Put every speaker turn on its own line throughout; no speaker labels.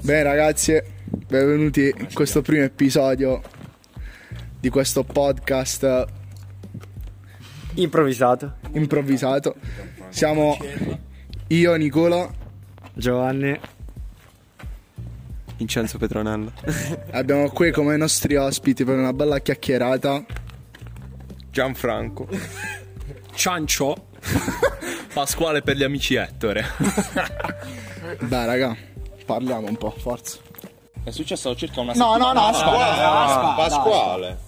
Bene ragazzi, benvenuti in questo primo episodio di questo podcast
Improvvisato.
improvvisato. Siamo io, Nicola,
Giovanni.
Vincenzo Petronella.
abbiamo qui come nostri ospiti per una bella chiacchierata.
Gianfranco.
Ciancio Pasquale per gli amici Ettore
Beh raga, parliamo un po', forza.
È successo circa una
No, no, no, aspetta,
Pasquale.
aspetta.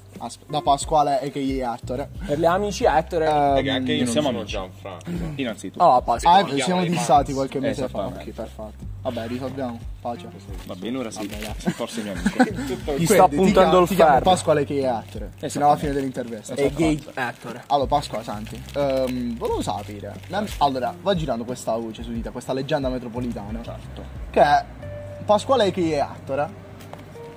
Da Pasquale e che gli Arthur.
Per gli amici Ettore.
Perché anche io non
Siamo
sono
amici. Gianfranco.
Innanzitutto.
Oh, Pasqua.
Ah, siamo dissati qualche mese fa.
Esattamente.
Ok, perfetto. Vabbè, risolviamo. Pace.
Va bene, ora sì. Forse mio amico.
Gli
sta puntando il
ti chiamo
ferro.
Pasquale che è Arthur. Fino alla fine dell'intervista.
E gay Ettore.
Allora, Pasqua, senti, ehm, volevo sapere. la- allora, va girando questa voce su di te, questa leggenda metropolitana. Certo. Che Pasquale che è Attora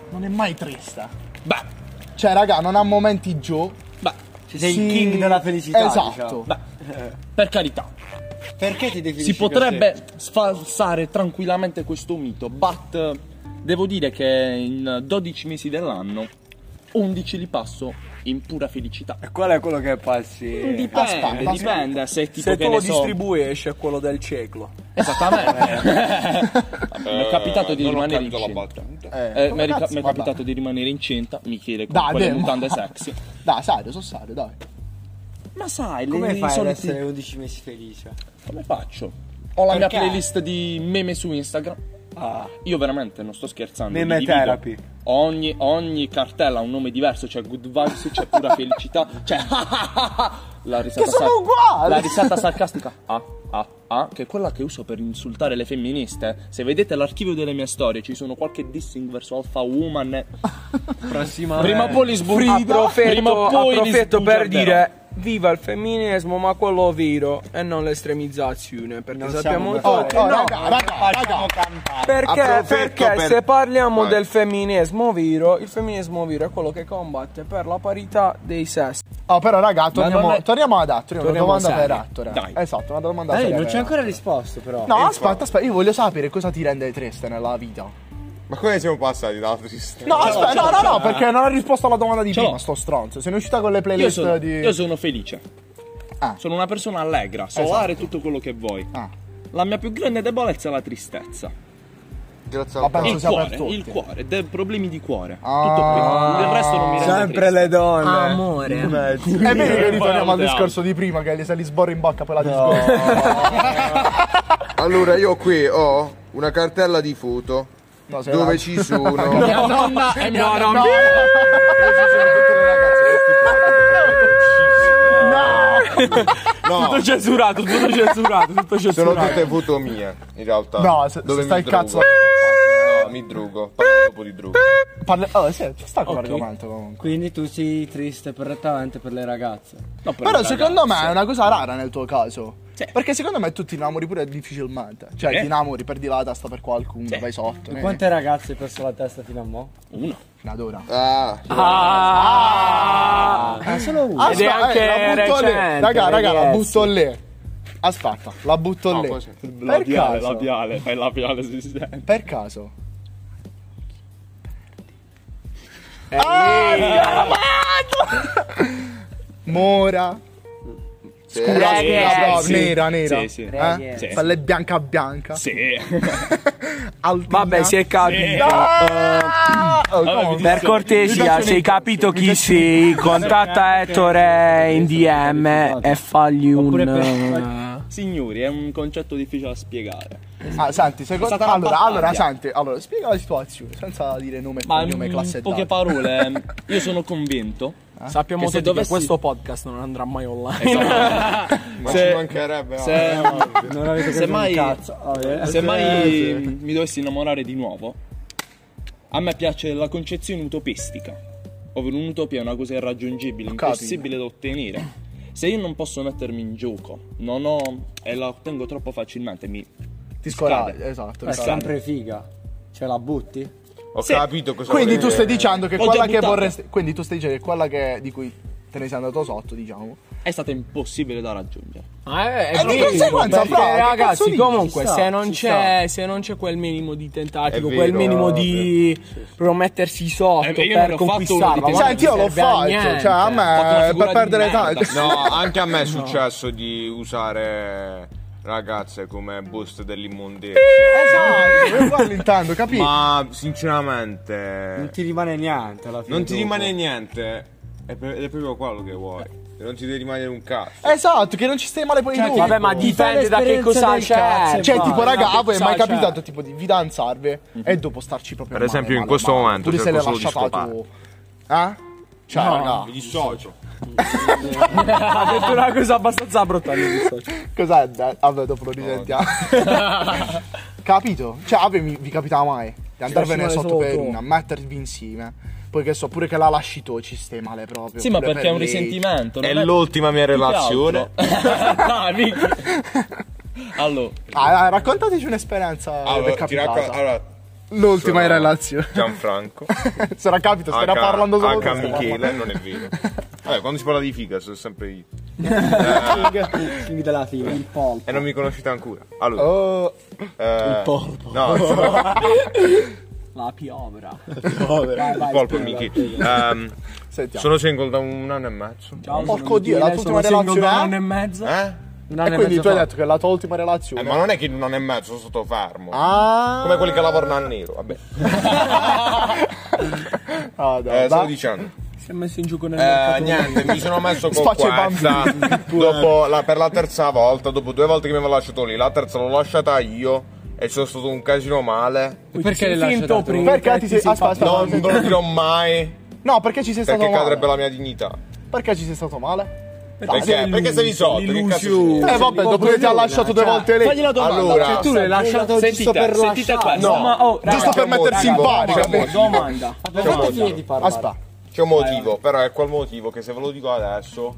non è mai triste.
Beh,
Cioè, raga, non ha momenti giù.
beh,
Sei
Si-
il king della felicità.
Esatto.
per carità
Perché ti definisci
Si potrebbe sfalsare tranquillamente questo mito But eh, devo dire che in 12 mesi dell'anno 11 li passo in pura felicità
Qual è quello che passi?
Dipende,
aspetta.
dipende se tipo
Se
che
tu lo
ne so
distribuisci è quello del ciclo.
Esattamente Mi è capitato di
Eh, non ho
rimanere
capito la
incinta
battuta.
Eh,
Eh,
come
mi è, rica-
cazzo,
mi è
vabbè.
capitato di rimanere incinta Michele con
Dai,
quelle
demo.
mutande sexy
Dai, Sario, sono Sario, dai.
Ma sai,
Come
le
fai ad
solite-
essere 11 mesi felice?
Come faccio? Ho la
Perché?
mia playlist di meme su Instagram.
Ah,
Io veramente non sto scherzando.
Meme
mi divido.
therapy.
Ogni, ogni cartella ha un nome diverso, c'è good vibes, c'è pura felicità, c'è la risata
Che sono
sar-
uguali!
La risata sarcastica. Ah, ah, ah, che è quella che uso per insultare le femministe. Se vedete l'archivio delle mie storie, ci sono qualche dissing verso alfa woman. e-
prossima.
Prima o poi li sburrerò.
Approfetto,
Prima o poi li
approfetto per
sbugiarderò.
dire viva il femminismo ma quello vero e non l'estremizzazione perché
Non
sappiamo
siamo
tutti-
Oh,
no,
Eh,
raga, raga, raga.
perché,
Approfetto
perché
per-
se parliamo
Vai.
del femminismo vero il femminismo vero è quello che combatte per la parità dei sessi
Oh, però, raga, torniamo,
non è-
torniamo ad Attor. Una
Torniamo
domanda
a Sario.
per Attor.
Dai.
Esatto, una domanda
Dai,
seria
Eh, non
per
c'è
Attor.
ancora risposto, però.
No, aspetta, aspetta, io voglio sapere cosa ti rende triste nella vita.
Ma come siamo passati dalla tristezza?
No, aspetta, no, no, no, perché non ha risposto alla domanda di
Ce
prima,
l'ho.
sto stronzo. Se ne è uscita con le
Io
playlist
sono,
di.
io sono felice.
Ah. Esatto.
Sono una persona allegra, solare, tutto quello che vuoi.
Ah.
La mia più grande debolezza è la tristezza.
Grazie
Ma
al
penso
Il
sia
cuore,
per tutti.
il cuore, de- problemi di cuore.
Ah.
Tutto qui. Il resto non mi rende
Sempre
triste.
le donne. Amore.
E vedi che ritorniamo al
Guarda.
discorso di prima, che se li sborra in bocca poi la discorso.
Allora, io qui ho una cartella di foto
No, se
dove
la-
ci sono. no,
Mia nonna e mia nonna.
No,
No,
tutto censurato tutto censurato tutto
sono
censurato
tutte foto mie, in realtà.
no, se, se
Dove
stai
mi
il cazzo.
drugo. No, mi drugo. Parliamo dopo di drugo.
Parla... Oh, sì, ci sta quell'argomento comunque.
Quindi tu sei triste prettamente per le ragazze.
No,
Però
però, raga,
secondo me è una cosa rara nel tuo caso.
Sì.
Perché secondo me tu ti innamori pure difficilmente. Cioè,
Sì.
ti innamori, perdi la testa per qualcuno, vai sotto. eh.
Quante ragazze hai perso la testa fino a mo'?
Uno.
Una d'ora.
Ah,
Ah, solo uno.
Ed è
Aspetta,
anche
eh, la butto lì.
recente,
Raga, raga, la
ragazzi.
butto lì. Aspetta, la butto lì. Per
Labiale,
caso,
labiale, fai il labiale se si sente.
per caso.
Eh,
Ah, Mora.
sì.
Scura, scura,
sì, sì,
proprio,
sì.
nera, nera.
Sì, sì.
Eh?
Sì.
Quella è bianca bianca.
Sì.
Altina.
vabbè si è capito
Ah! Oh, come-
mi
Per cortesia, se hai capito chi sei, contatta Ettore in DM
esatto.
e fagli
Oppure
un.
per-
Signori, è un concetto difficile da spiegare.
Ah, senti, secondo
stata una
allora,
battaglia.
allora, senti, allora, spiega la situazione senza dire nome e
Ma
cognome classe
in
e
poche
data.
parole, io sono convinto
Eh?
Sappiamo
Che se
tutti
dovessi-
che questo podcast non andrà mai online.
Esatto.
Ma
Se-
ci mancherebbe.
se-
ah.
Non avete capito
Semmai-
un cazzo. Ah, Vabbè.
Se mai
Eh, sì.
mi dovessi innamorare di nuovo, a me piace la concezione utopistica. Ovvero un'utopia è una cosa irraggiungibile,
capito.
impossibile da ottenere. Se io non posso mettermi in gioco, non ho. e la ottengo troppo facilmente, mi.
Ti scoraggi,
Scade. Eh,
esatto.
È
esatto.
sempre figa. Ce la butti?
Ho
se-
capito cosa
Quindi tu
volevi
stai
dire.
dicendo che
L'ho già
quella che
buttata.
vorresti quindi tu stai dicendo che quella che di cui te ne sei andato sotto, diciamo,
è stata impossibile da raggiungere.
Ma Eh, è,
È Eh, di
minimo,
conseguenza,
perché,
fra, che cazzo
ragazzi,
dici?
comunque,
Ci sta,
se non,
ci
c'è, se non c'è quel minimo di tentativo,
È
quel
vero,
minimo di proprio mettersi sotto
Eh, io
per
non ho fatto uno
conquistarla.
di
ma
Senti, io
non
Cioè, l'ho
serve a
fatto.
niente.
Cioè, a
fatto una
me
figura
per
di
perdere
merda.
tanto.
No, anche a me è successo di usare ragazze come boost dell'immondizia.
Esatto, quello intanto, capito?
Ma sinceramente
Non ti rimane niente alla fine.
non ti
dopo.
rimane niente. È per- ed è proprio quello che vuoi. Non ti deve rimanere un cazzo.
Esatto, che non ci stai male poi tu.
Cioè, Vabbè, ma dipende da che cosa c'è.
Cioè, tipo, raga,
no,
a voi è mai
cioè-
capitato tipo di fidanzarvi e dopo starci proprio
Per esempio, in questo momento cioè,
pure se l'hai
cerco solo di
lasciata tu. Eh? Cioè, raga,
Mi dissocio.
Ha detto una cosa abbastanza brutta. lì, questo.
cioè, cos'è? da- Vabbè, dopo lo risentiamo. Capito? Cioè, a voi mi- vi capitava mai di andarvene
lasci male
sotto per
sotto.
una, mettervi insieme. Poi che so, pure che la lasci tu ci stai male proprio.
Sì, ma
pure
perché è un
per lei.
risentimento.
È
non
l'ultima mia
più che
Ah,
relazione.
altro. no, mica. Allora,
Ah, dai, raccontateci un'esperienza che è
Allora, Ah, ti
capitata.
racconto. Allora,
L'ultima in
Sono- Ah,
relazione.
Gianfranco.
Sarà capito, stai parlando solo tu,
H.
stai
Michele, non è vero. Vabbè, quando si parla di figa sono sempre io.
Figli della fine. Il polpo.
E non mi conoscete ancora. Allora,
parlando.
il polpo. No, il
La piovra.
polpo, Michi. Ehm,
Oh, sentiamo.
sono single da un anno e mezzo.
Porco Dio, la tua ultima
Un anno
relazione.
e mezzo.
Eh?
Un
E
anno e
quindi
mezzo.
tu hai
fa.
detto che è la tua ultima
Eh,
relazione.
ma non è che in un anno e mezzo sono stato fermo.
Ah,
Come quelli che lavorano a nero, vabbè. Eh,
ah, dai,
Eh, stavo
dai.
dicendo.
Si è messo in gioco nel
Eh,
mercato.
niente, mi sono messo con
Spaccio i
questa dopo la- per la terza volta, dopo due volte che mi aveva lasciato lì, la terza l'ho lasciata io e sono stato un casino male.
Perché l'hai lasciato?
Perché ti sei. Aspetta, aspetta,
Non
aspetta.
ve lo dirò mai
No, perché ci sei stato
perché
male?
cadrebbe la mia dignità.
Perché ci sei stato male?
Perché? Perché sei di sotto? Che cazzo?
Eh, vabbè, dopo che ti ha lasciato due volte lei.
fagli la domanda.
Allora,
cioè,
Tu l'hai lasciato giusto
sentite,
per
sentite
lasciare.
questo.
No,
ma oh, raga,
Giusto per
raga,
mettersi in
raga,
pari,
raga,
capito?
raga.
domanda.
Facciamo
Fate finire
domanda.
di parlare.
Aspetta.
C'è un motivo, però è quel motivo che se ve lo dico adesso.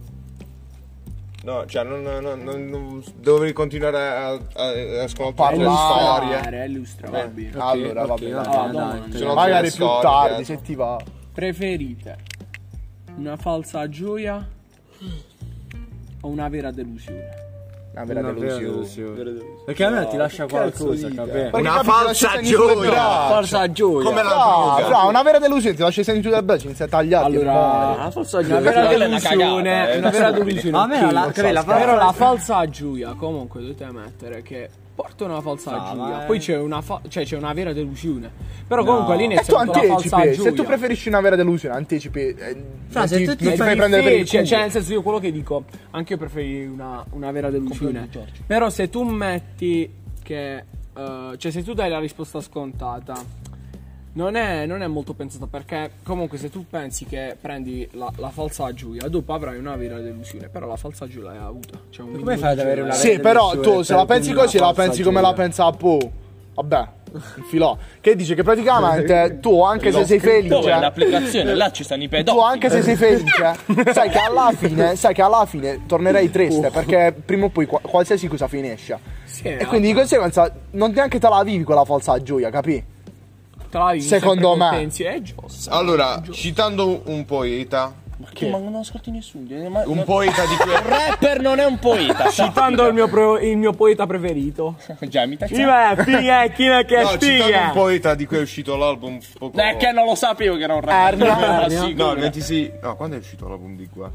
No, cioè, non, non- non- non- devo continuare a, a, a ascoltare le
Parlare.
storie.
illustra, va bene.
Allora, vabbè.
Ok,
dai.
va bene, dai.
Se no
Magari
te
più
le storie,
tardi,
eh.
se ti va.
Preferite una falsa gioia o una vera delusione?
Una vera delusione.
Perché a me ti lascia qualcosa, capito?
Una falsa gioia.
Falsa gioia.
Come la
Ah,
droga.
fra, una vera delusione, ti lascia i seni giù dal braccio, ci inizia a tagliarti.
Allora,
e
la falsa gioia. Una vera
Quella è una
delusione.
cagata, eh.
Una vera delusione.
Ma a me la-
ok,
capì, la
però
falsa-
la falsa gioia, comunque, dovete ammettere che porta una falsa gioia. Poi c'è una, fa- cioè, c'è una vera delusione. Però comunque lì
tu
all'inizio è una falsa
anticipi,
gioia.
se tu preferisci una vera delusione, anticipi. eh, non
se
ti,
tu ti
non ti fai
fai
prendere per il
difficile,
culo.
Cioè, nel senso, io quello che dico, anche io preferirei una, una vera delusione. Però se tu metti che. eh, cioè, se tu dai la risposta scontata. Non è, non è molto pensata perché comunque se tu pensi che prendi la, la falsa gioia dopo avrai una vera delusione però la falsa gioia l'hai avuta cioè, un minimo
fai ad
di
avere
gioia.
una-
Sì, però tu se la pensi
Una
così, la
falsa
pensi come la
gioia.
pensa Apu. Vabbè, il filò. Che dice che praticamente tu, anche se sei
Dove è
felice.
l'applicazione? Là ci stanno i
Tu
pedofili.
anche se sei felice, sai che alla fine, sai che alla fine tornerai triste perché prima o poi qua- qualsiasi cosa finisce.
Sì,
E quindi di conseguenza non neanche te la vivi con la falsa gioia, capì?
te la vivi
secondo
eh, sempre con
me. Ah,
pensi, eh, Gios.
Allora, citando un poeta,
Che? Ma non ascolti nessuno. Ma...
un poeta di cui
Un rapper non è un poeta.
Citando il mio, pro- il mio poeta preferito.
Già, mi tagliamo.
Prima è figa e chi è che
No,
è
citando un
figa.
poeta di cui è uscito l'album poco
Eh, che non lo sapevo che era un rapper. Ma sì,
eh.
No, il 26. No, quando è uscito l'album di qua?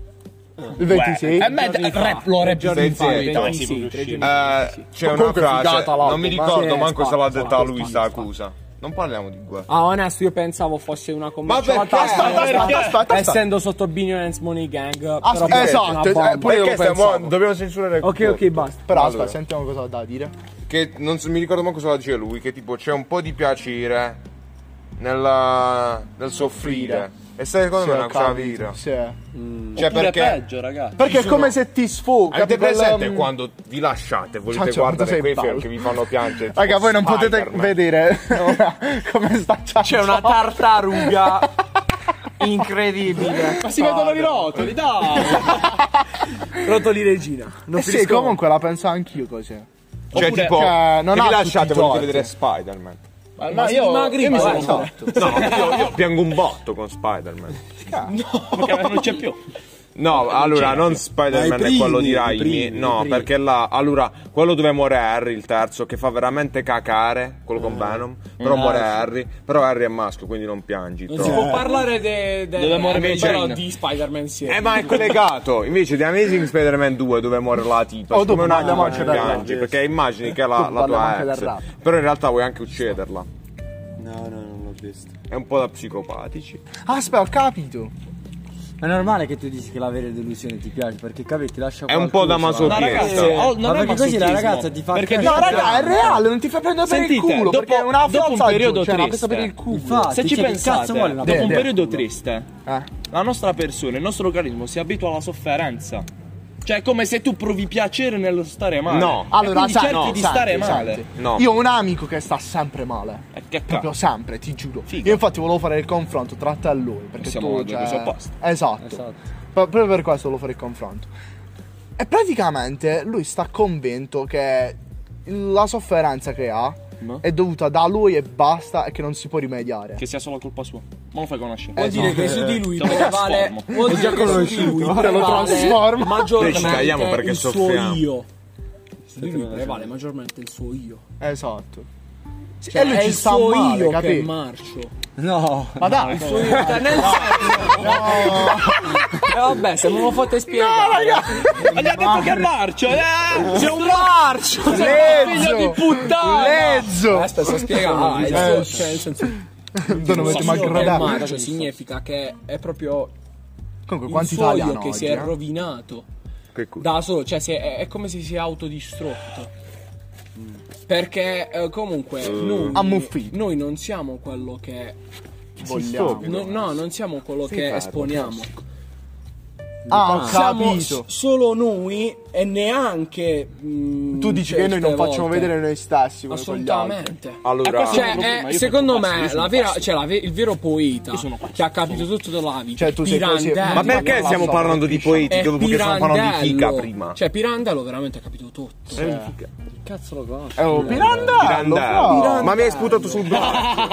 Il 26.
Eh, beh, rap lo rap.
Stai zitto.
Vedi, sì, tre giorni
Eh, c'è una
comunque è
frase,
figata l'album,
non mi
eh.
ricordo
Sì,
manco se l'ha
spacca,
detta
spacca,
lui sta accusa. Non parliamo di guerra.
Ah, onesto, io pensavo fosse una commerciale. Cioè,
perché?
Aspetta,
eh,
aspetta, aspetta, aspetta.
Essendo sotto Binance Money Gang.
Aspetta,
però
esatto,
una bomba.
eh, pure io lo
Perché stiamo,
pensavo.
dobbiamo censurare
Ok,
tutto.
ok, basta.
Però
Allora.
aspetta, sentiamo cosa ha da dire.
Che non so- mi ricordo manco se la dice lui, che tipo c'è un po' di piacere nella, nel soffrire. E secondo me è una
Sì,
cosa
capito,
vera.
sì.
Cioè
Oppure
perché
peggio, ragazzi.
Perché è come se ti sfoga.
Avete
capì, quella,
presente
mm,
quando vi lasciate, volete
Ciao, ciao,
guardare
sei
quei film
ballo.
che vi fanno piangere? tipo
Raga, voi non potete
Spider-Man?
vedere come sta
C'è una tartaruga. Incredibile.
Ma si vedono i rotoli, dai.
Rotoli regina.
Eh sì, comunque la penso anch'io così.
Cioè,
Oppure-
tipo,
cioè, non
che
ha
vi
tutti
lasciate,
i
volete
torti.
vedere Spider-Man.
Ma, io, io mi sono
Esatto.
No, io, io piango un botto con Spider-Man.
perché non c'è più.
No, allora, non Spider-Man
Ma i
è quello di
primi, i
Raimi.
primi, i
No,
primi.
perché là, allora, quello dove muore Harry, il terzo, che fa veramente cacare, quello con Venom. Però
Ah,
muore
sì.
Harry. Però Harry è maschio, quindi non piangi.
Non
però.
si
Può
Eh.
parlare de, de-
Dove muore Mary
però
Jane.
di Spider-Man sì.
Eh, ma è collegato. Invece di Amazing Spider-Man 2, dove muore la tipa,
Oh,
oh,
dopo
come un attimo
parliamo
ci
anche del rap,
piangi. Perché immagini che è la,
Dopo
la
parliamo
tua
anche del
ex.
rap.
Però in realtà vuoi anche ucciderla.
No, no, non l'ho visto.
È un po' da psicopatici.
Aspetta, ho capito.
È normale che tu dici che la vera delusione ti piace perché capi ti lascia
È un po' da
qualcosa.
Ma
masochista.
ragazzi, oh,
Ma
non è
perché così la
masochismo,
ragazza ti fa
perché
cagare.
No, raga, è reale, non ti fa prendere per il
Sentite,
culo.
dopo-
perché è una
dopo un
forza
periodo
cioè, una
triste.
presa per il culo.
Infatti,
se ci
cioè, che
pensate,
cazzo vuole una
dopo un
De-
periodo triste,
Eh.
la nostra persona, il nostro organismo si abitua alla sofferenza. Cioè, è come se tu provi piacere nello stare male.
No.
E
Allora,
quindi
sai,
cerchi
no,
di
senti,
stare
senti.
male.
No.
Io ho un amico che sta sempre male.
E Eh, che
Proprio
cazzo?
sempre, ti giuro.
Figa.
Io infatti volevo fare il confronto tra te e lui. Perché
Siamo
tu,
due
cioè...
cose opposte.
Esatto.
Esatto.
Pro- proprio per questo volevo fare il confronto. E praticamente lui sta convinto che la sofferenza che ha
No.
è dovuta da lui e basta e che non si può rimediare.
Che sia solo colpa sua. Ma lo fai conoscere.
Vuol dire che su di lui
Eh,
Te lo
prevale
trasformo.
vuol dire che su di lui prevale
trasformo.
Noi ci
maggiormente
caiamo perché
il suo
soffriamo.
io. Su di lui prevale maggiormente il suo io.
Esatto. Sì,
Cioè,
e lui
è
ci
il
sta
suo
male,
io che
capì?
è marcio.
No.
Ma dai,
Cioè, nel senso- Eh, vabbè, se non lo fate spiegare.
Ma gli ha detto che è marcio, eh!
Sei un marcio! Sei un figlio di puttana!
Lezzo!
Aspetta, sto spiegando.
Eh,
il suo- cioè, nel senso,
Non avete mai
il
guardato.
marcio significa che è proprio
Comunque,
il
quanti
suo
Italia
io
hanno
che
oggi?
si è
eh?
rovinato
Che culo.
da solo, cioè si è, è come se si è autodistrutto.
Mm.
Perché eh, comunque noi,
Ammuffito.
noi non siamo quello che
Vogliamo.
no, no, non siamo quello che esponiamo.
Ah, ho
Siamo s-
capito.
solo noi e neanche mm,
Tu dici
certe
che noi non facciamo
volte.
vedere noi stessi come quegli altri.
assolutamente.
Allora,
Cioè,
Io
eh,
sono
secondo
pazzo, io
me,
sono
la vera,
pazzo.
cioè, la ve- il vero poeta che ha capito tutto della vita.
Cioè, tu sei così-
Pirandello.
ma perché stiamo parlando di poeti
È
dopo che stiamo parlando di fica
Pirandello.
prima?
Cioè, Pirandello veramente ha capito tutto.
Cazzo lo conosci?
Eh, oh, Pirandello,
Pirandello.
fra.
Ma mi hai sputato sul braccio.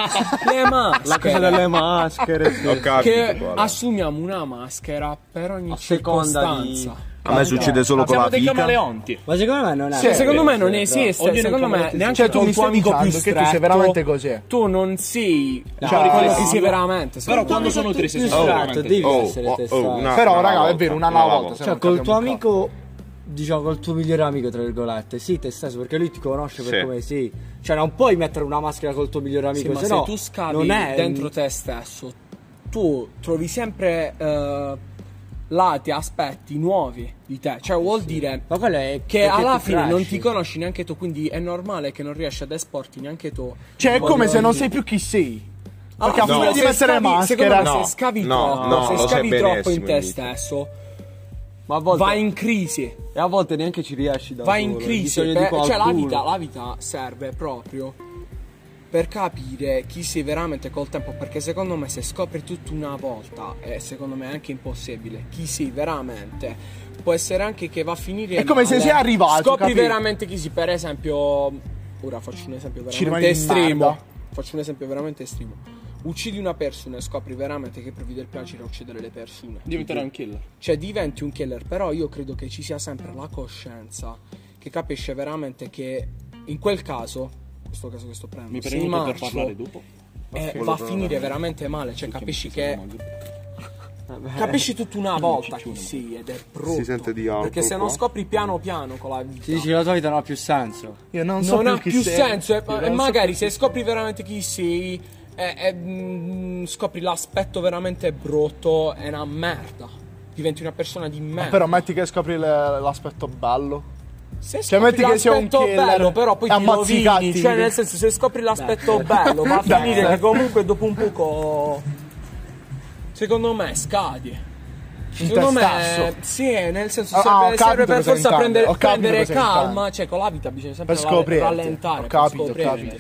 Le maschere.
La cosa delle maschere. sì.
Ho capito.
che
guarda.
assumiamo una maschera per ogni
A seconda di-
circostanza.
A me succede solo con la
Siamo dei
fica.
camaleonti.
Ma secondo me non è.
Cioè, secondo me
eh,
non esiste.
Ognuno
secondo
è
me
completamente-
neanche
Cioè, tu
con
mi
tuo
stai
amico più
dicendo che tu sei
stretto,
veramente così.
Tu non sei
Cioè,
quello
sì.
che sei veramente. secondo
Però
me.
quando sono triste sono
Esatto,
veramente
devi
Oh,
essere
oh,
te
oh,
stesso.
una-
Però,
una
raga,
volta,
è vero, una alla volta, se
Cioè,
non
col tuo
capiamo un
amico, diciamo col tuo migliore amico, tra virgolette, sì, te stesso, perché lui ti conosce per
Sì.
come sei. Cioè, non puoi mettere una maschera col tuo migliore
Sì,
amico,
ma
se
se
no
tu scavi
non è
dentro te stesso, tu trovi sempre eh, lati, aspetti nuovi di te. Cioè, vuol dire
Ma quello è
che
perché
alla
ti
fine non
cresci.
ti conosci neanche tu, quindi è normale che non riesci ad esporti neanche tu.
Cioè, è
Voglio
come se non
dire-
sei più chi sei.
Alla
perché a
fine
furia
se
di mettere
scavi-
maschera-
secondo me,
no,
se scavi
no,
troppo,
no, lo
se
sai
scavi troppo in
benissimo,
te
Emilio.
stesso,
Ma a volte,
vai in crisi.
e a volte neanche ci riesci da
va
solo,
in
hai
crisi.
bisogno di
per- cioè, la
qualcuno.
vita, la vita serve proprio per capire chi sei veramente col tempo. Perché secondo me, se scopri tutto una volta, è secondo me anche impossibile. Chi sei veramente. Può essere anche che va a finire.
È come se
male.
sei arrivato,
Scopri
capì?
veramente chi sei. Per esempio, ora faccio un esempio
rimani
veramente
in
estremo.
merda.
Faccio un esempio veramente estremo. Uccidi una persona e scopri veramente che provi del piacere a uccidere le persone.
Diventerà un killer.
Cioè diventi un killer, però io credo che ci sia sempre la coscienza che capisce veramente che in quel caso, questo caso che sto prendendo,
Mi
sei
prendo per
marcio,
parlare dopo.
eh, va a finire veramente male, cioè capisci che capisci tutto una volta chi sei ed è brutto.
sente di
perché
alcol
se non
qua?
scopri piano piano con la vita
Ti dici che la tua vita non ha più senso.
Io non so
non ha
chi
più
sei.
senso e,
Io
e
non so
magari se scopri veramente chi sei e, e, mm, scopri l'aspetto veramente brutto è una merda. Diventi una persona di merda.
Eh. Però metti che scopri le- l'aspetto bello.
Se
Cioè,
scopri
metti che sia un
l'aspetto
killer
bello, però poi
e
ti
ammazzi i
rovini.
gatti.
Cioè, nel senso, se scopri l'aspetto bello, va a
Dai.
finire che comunque dopo un poco. Secondo me scadi. Secondo me,
testasso.
sì, nel senso,
Ah,
serve,
ho
serve
capito
per
cosa
forza
intendi,
prendere,
ho capito
prendere
cosa
calma.
intendi.
Cioè, con la vita bisogna sempre
Per
ra-
scoprire.
rallentare.
Ho
per
capito, ho
scoprire.
capito.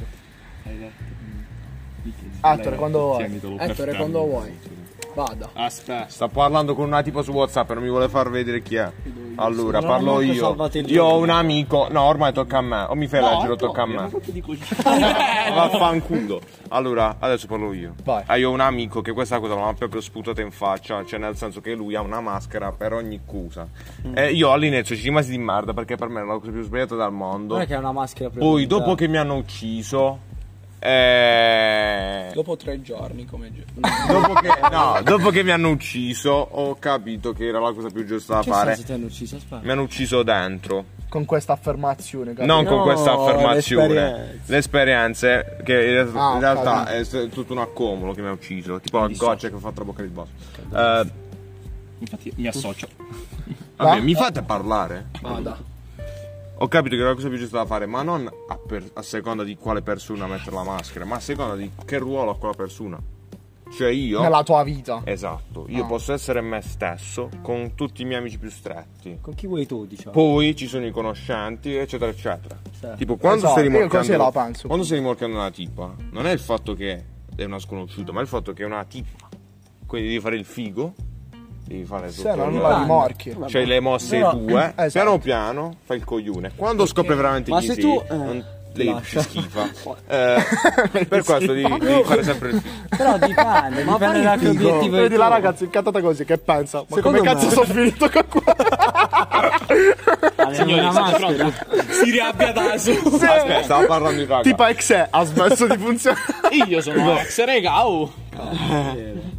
Attore, quando vuoi.
Ettore, quando vuoi. Vada.
Aspetta.
Sta parlando con una tipo su WhatsApp, non mi vuole far vedere chi è. Allora, parlo io. Io ho un amico. No, ormai tocca a me. O mi fai la giro, tocca a me. Ah, Vaffanculo. Allora, adesso parlo io.
Vai.
Ah, io ho un amico che questa cosa non l'ha proprio sputata in faccia. Cioè, nel senso che lui ha una maschera per ogni cosa. E io all'inizio ci rimasi di merda perché per me era la cosa più sbagliata del mondo.
Non è che è una maschera per
Poi, dopo che mi hanno ucciso. Eh...
Dopo tre giorni, come gi-
dopo, che, no, dopo che mi hanno ucciso, ho capito che era la cosa più giusta da fare.
se ti hanno ucciso, aspetta.
Mi hanno ucciso dentro.
Con questa affermazione, capito?
Non con questa affermazione.
le
Le
esperienze.
esperienze, che in, re-
Ah,
in realtà
capito.
è s- tutto un accumulo che mi ha ucciso, tipo la goccia che ho fatto la bocca di boss. Eh,
Infatti mi associo.
vabbè,
Va?
mi fate parlare? Ho capito che era la cosa più giusta da fare, ma non a, per- a seconda di quale persona mettere la maschera, ma a seconda di che ruolo ha quella persona. Cioè io
Nella Ah. tua vita.
Esatto, io posso essere me stesso con tutti i miei amici più stretti.
Con chi vuoi tu, diciamo?
Poi ci sono i conoscenti, eccetera, eccetera. Tipo, quando
Esatto,
stai
io così la
rimorchiando,
penso.
quando stai rimorchiando una tipa, non è il fatto che è una sconosciuta, ma è il fatto che è una tipa. Quindi devi fare il figo, devi fare tutto.
Se no, Cioè, non
il-
la rimorchi.
Cioè le mosse
Però-
tue,
esatto.
piano piano fai il coglione. Quando scopre veramente
Ma
chi
se
sei,
tu, eh,
non- lei ti
lascia.
schifa. Eh, per questo devi, devi fare sempre il figo.
Però dipende, ma dipende dal tuo obiettivo.
Vedi la
tuo.
ragazza incattata così che pensa ma
Secondo
come cazzo
me-
sono finito con qua
Aveva una maschera.
Si riabbia da su.
Aspetta, stavo parlando di raga.
tipo XE ha smesso di funzionare
Io sono ex rega. oh.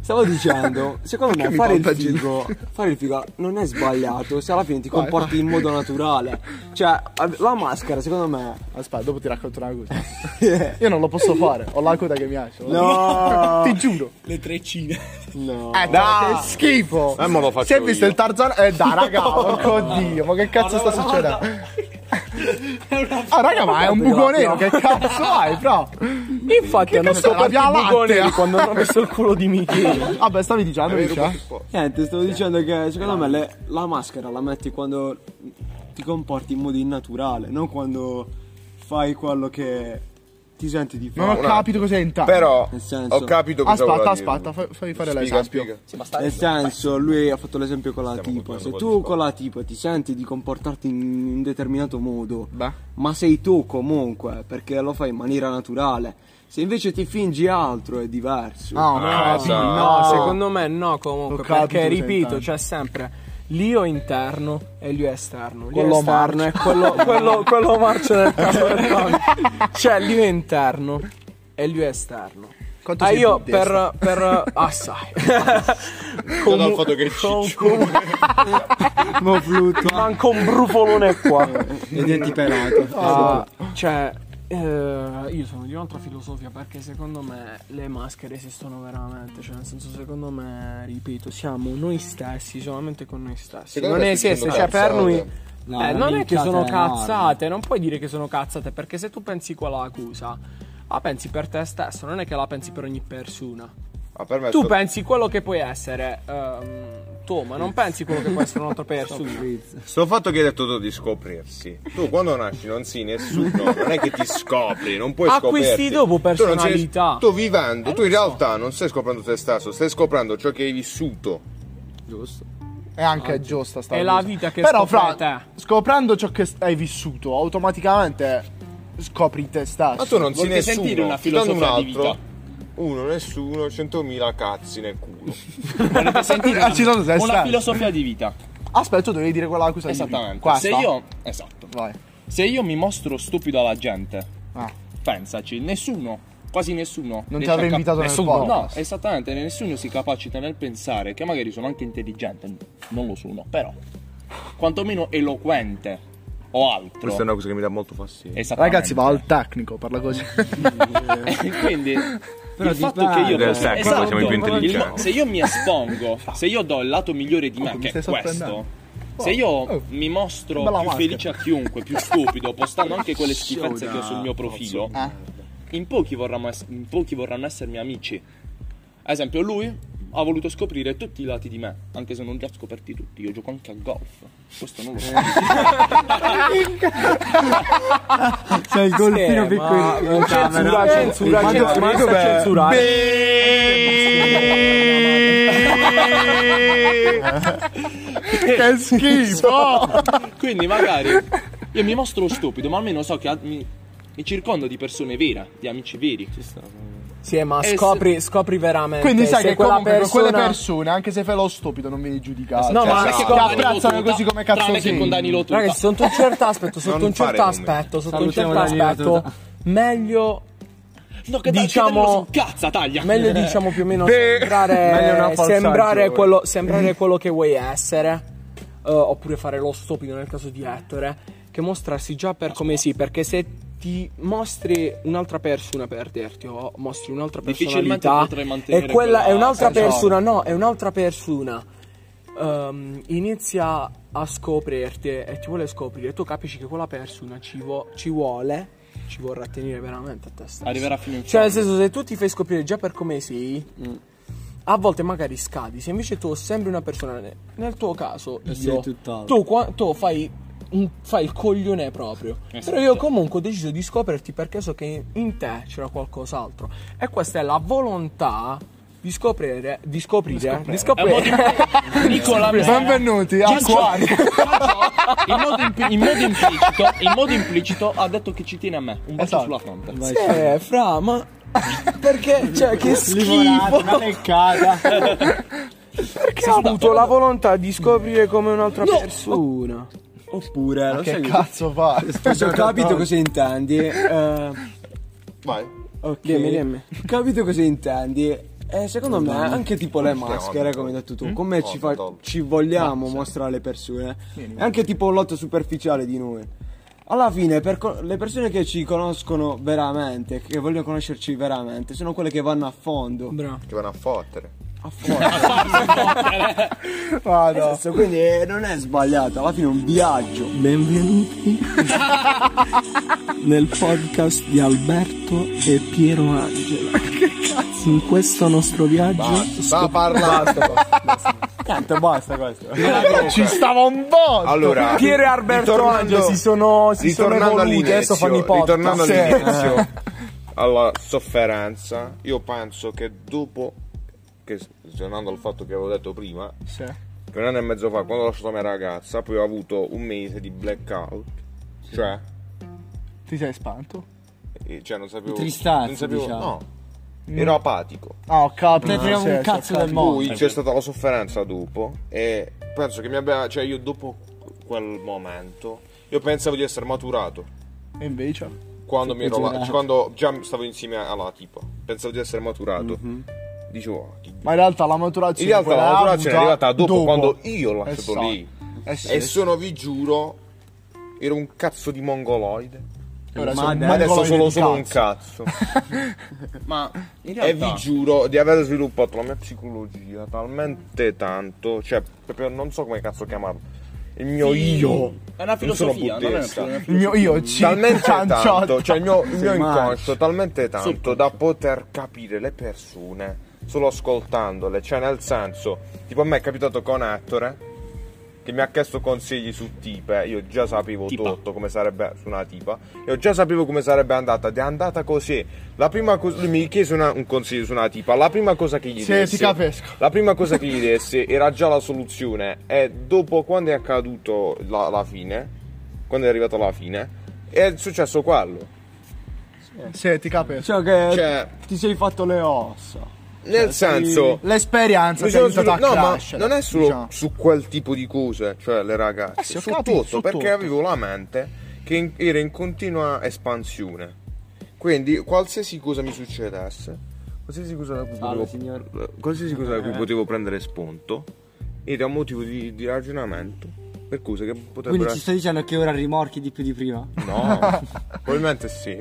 Stavo dicendo, secondo me fare il
contagia?
figo, fare il figo non è sbagliato se alla fine ti comporti in modo naturale. Cioè, la maschera, secondo me,
aspetta dopo ti racconto una cosa io non lo posso fare ho la coda che mi piace no ti giuro
Le trecine.
ecco che schifo
Eh, ma lo faccio
si è visto
io.
il Tarzan eh dai raga porco oddio ma che cazzo sta succedendo ah raga ma è un buco nero che cazzo hai bro
Infatti hanno
cazzo è la
scoperto
Via
il buco
Lattea?
nero quando hanno messo il culo di Michele.
vabbè stavi dicendo eh. dice?
niente, stavo dicendo che secondo me le- la maschera la metti quando ti comporti in modo innaturale, non quando fai quello che ti senti di
non ho
fare.
capito cos'è entrato
Però
Nel senso-
ho capito cosa
aspetta
voleva
aspetta
dire.
fa- fai fare
Spiega,
l'esempio
spiega.
Nel senso, lui ha fatto l'esempio con la tipa. Se
continuando
tu con la tipa ti senti di comportarti in un determinato modo,
Beh.
ma sei tu comunque, perché lo fai in maniera naturale. Se invece ti fingi altro è diverso.
no
Ah,
no
esatto.
No, secondo me no comunque,
Ho capito,
perché
sei
ripeto,
tanto.
c'è sempre l'io interno e l'io esterno. L'io
Quello cioè.
esterno
marcio.
è quello, quello, quello marcio del cazzo del cavolo. C'è l'io interno e l'io esterno.
Quanto
Ah,
sei
io
buddista?
per, per ah, assai.
Già dal fatto che ciccio.
Ma fluttua.
Manco un brufolone qua.
E denti pelati.
Ah, cioè, eh, io sono di un'altra filosofia perché secondo me le maschere esistono veramente. Cioè, nel senso, secondo me, ripeto, siamo noi stessi, solamente con noi stessi.
Secondo
non
me stai
esiste, cioè,
dicendo
per
cazzate.
noi.
No, una
Eh, non è che
minchiata
sono
enorme.
cazzate, non puoi dire che sono cazzate perché se tu pensi quella accusa, la pensi per te stesso, non è che la pensi per ogni persona.
Ah, per me
Tu
sto-
pensi quello che puoi essere ehm, tu, ma non pensi quello che può essere un'altra persona.
Sto fatto che hai detto tu di scoprirsi. Tu quando nasci non sei nessuno, non è che ti scopri, non puoi
Acquisti
scoperti.
dopo
Tu non sei-
personalità.
Tu, vivendo, tu in realtà non stai scoprendo te stesso, stai scoprendo ciò che hai vissuto.
È anche giusta sta
È
cosa.
la vita che
Però,
scopre
fra,
te.
scoprendo ciò che hai vissuto, automaticamente scopri te stesso.
Ma tu non sei
Volete
nessuno.
sentire una
Ti danno
filosofia
un
di
altro.
vita?
Uno, nessuno, centomila cazzi nel culo.
Volete sentire
Ah, ci sono sei
una
stati.
filosofia di vita.
Aspetta, tu devi dire quella cosa lì.
Esattamente.
Qua
se
sta.
io esatto.
Vai.
Se io mi mostro stupido alla gente,
Ah.
pensaci, nessuno Quasi nessuno
Non ti
riesce a
avrei invitato nel
Nessuno, No,
podcast.
esattamente, nessuno si capacita nel pensare che magari sono anche intelligente, non lo sono, però quantomeno eloquente o altro.
Questa è una cosa che mi dà molto fastidio.
Esattamente.
Ragazzi, va al tecnico, parla così.
Quindi
Ah,
il fatto
dipende.
che io
Del secolo
Esatto.
siamo i più
Il mo-
intelligenti.
se io mi espongo, se io do il lato migliore di me,
Oh, mi
che è
stai sorprendendo.
questo, se io
oh,
mi mostro più
bella maschera.
felice a chiunque, più stupido, postando anche quelle schifezze che ho sul mio profilo,
Ah.
in, pochi vorranno ess- in pochi vorranno essermi amici. Ad esempio, lui ha voluto scoprire tutti i lati di me, anche se non li ha scoperti tutti. Io gioco anche a golf. Questo non lo so.
C'è il golfino piccolino.
Eh, Censura, censura, cioè, censura,
Ma
eh. basta censurare.
che schifo!
Quindi magari io mi mostro stupido, ma almeno so che al- mi, mi circondo di persone vere, di amici veri.
Sì, ma
Eh,
scopri, scopri veramente.
Quindi sai
se
che
quella
comunque per quelle
persona-
persone, anche se fai lo stupido, non vieni giudicato.
No,
Cioè,
ma-
se
Perché
ti
con Dani l'ho
apprezzano
tutta,
così come cazzo
tranne che con Dani l'ho tutta.
Ragazzi, sotto un certo aspetto, sotto
Non
un certo
fare numeri.
aspetto, sotto un certo
Salutiamo Danilo
aspetto, meglio,
No, che
diciamo-
diciamo... Cazza, taglia!
Eh.
meglio diciamo più o meno
meglio una
sembrare,
falsa
sembrare,
gioia.
quello,
eh.
sembrare quello che vuoi essere, eh, oppure fare lo stupido nel caso di Ettore, che mostrarsi già per come sì, perché se ti mostri un'altra persona per dirti o mostri un'altra
Difficilmente
personalità
potrai mantenere
e quella è
quella
un'altra
sensazione.
persona, no, è un'altra persona. Ehm, inizia a scoprirti e ti vuole scoprire, tu capisci che quella persona ci, vo- ci vuole, ci vorrà tenere veramente a te stesso.
Arriverà fino in
Cioè, nel
fondo. Mm.
senso, se tu ti fai scoprire già per come sei, a volte magari scadi. Se invece tu sembri una persona, ne- nel tuo caso, io, tu, qua- tu fai, un- fai il coglione proprio.
Esatto.
Però io comunque ho deciso di scoprirti perché so che in, in te c'era qualcos'altro. E questa è la volontà di scoprire, di scoprire, di
È un
scoprire.
modo in- Nicola Mera.
Eh. Benvenuti a
Giaccio-
Quari.
Giaccio, in, modo impli- in modo implicito, in modo implicito ha detto che ci tiene a me. Un bacio
Esatto.
sulla fronte.
Sì, fra, ma perché, cioè, che schifo.
Una leccata.
Perché ho avuto la volontà di scoprire come un'altra persona.
Oppure, lo
Che
sai
cazzo fa?
Ho capito cosa intendi. eh,
Vai.
ok.
Dimmi, dimmi.
Capito cosa intendi. E secondo me anche tipo le maschere,
no,
come hai detto tu, come ci, fa-
no.
ci vogliamo mostrare alle persone. E anche tipo un lotto superficiale di noi. Alla fine, per co- le persone che ci conoscono veramente, che vogliono conoscerci veramente, sono quelle che vanno a fondo.
Bravo.
Ti vanno a fottere.
A fondo. Nel senso, quindi eh, non è sbagliato, alla fine è un viaggio.
Benvenuti nel podcast di Alberto e Piero Angela. In questo nostro viaggio
Sta parlando.
Tanto basta questo.
Ci stava un po'.
Allora,
Piero e Alberto
ritornando-
Angelo si sono, si sono
ritornando
evoluti, adesso
all'inizio,
fanno i podcast.
ritornando
Sì.
all'inizio, alla sofferenza, io penso che dopo, che, tornando al fatto che avevo detto prima, che un anno e mezzo fa, quando ho lasciato la mia ragazza, poi ho avuto un mese di blackout, cioè,
Ti sei espanto?
eh, cioè non sapevo...
Tristazza,
non sapevo,
diciamo.
No, ero apatico.
Ah, ho capito.
Ne frega
Sì,
un
sì,
cazzo
ho
del
capito.
mondo.
Poi c'è stata la sofferenza dopo e penso che mi abbia... Cioè io dopo quel momento, io pensavo di essere maturato.
E invece?
quando, mi ero la- cioè, quando già stavo insieme alla tipa, pensavo di essere maturato. Dicevo, "Ah, chi-
Ma in realtà la
in
maturazione
realtà
quella
la
l'ha
maturazione è
avuta
arrivata dopo, quando io l'ho lasciato
Esatto.
lì.
Eh sì,
e sono, vi giuro, ero un cazzo di mongoloide.
Ma
ora sono
adesso
Ma adesso
mongoloide
sono
di
solo un
cazzo.
cazzo.
Ma in
e vi
realtà
giuro di aver sviluppato la mia psicologia talmente tanto, cioè, proprio non so come cazzo chiamarlo. Il mio io.
è una
Non sono
filosofia, non è
buddista.
una
Il mio io ci
talmente
cianciotto.
tanto, cioè il mio, il mio
Sì, ma-
inconscio, talmente tanto da poter capire le persone solo ascoltandole, cioè nel senso, tipo a me è capitato con Ettore che mi ha chiesto consigli su tipe, io già sapevo tutto come sarebbe su una tipa, io già sapevo come sarebbe andata, ed è andata così. La prima cosa lui mi chiese una- un consiglio su una tipa, la prima cosa che gli
Sì,
dessi
ti capisco.
la prima cosa che gli dessi era già la soluzione e dopo quando è accaduto la, la fine, quando è arrivato alla fine, è successo quello.
Sì, ti capisco.
Cioè che
Cioè,
ti sei fatto le ossa.
Cioè,
nel senso...
L'esperienza
mi
ti
sono
ha aiutato a
svilu- no, ma
crescere,
non è solo
diciamo.
su quel tipo di cose, cioè le ragazze,
Eh sì, ho
su
capito,
tutto,
su
perché
tutto.
avevo la mente che in- era in continua espansione. Quindi qualsiasi cosa mi succedesse, qualsiasi cosa da cui potevo, qualsiasi cosa da cui
Eh.
potevo prendere spunto, era un motivo di, di ragionamento per cose che
Quindi ci
potrebbero essere...
stai dicendo che ora rimorchi di più di prima?
No, probabilmente sì.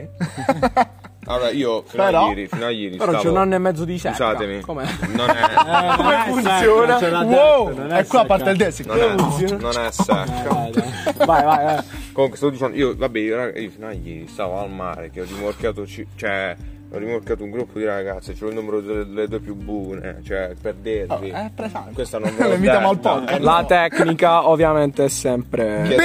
Allora, io fino
Però-
a ieri, fino a ieri
Però c'è
stavo...
un anno e mezzo di cerca.
Scusatemi,
Com'è? Eh,
non è...
Come funziona? wow! E qua parte il desk.
Non è, non è secca.
Vai, vai, vai.
Comunque stavo dicendo, io vabbè, io, raga, io fino a ieri stavo al mare che ho rimorchiato, ci- cioè, ho rimorchiato un gruppo di ragazze, c'ho il numero delle, delle due più buone, cioè, per
Oh,
dirvi.
È pesante.
Questa non ve l'ho
Le invitiamo
detta.
al podcast.
Eh,
La tecnica ovviamente è sempre...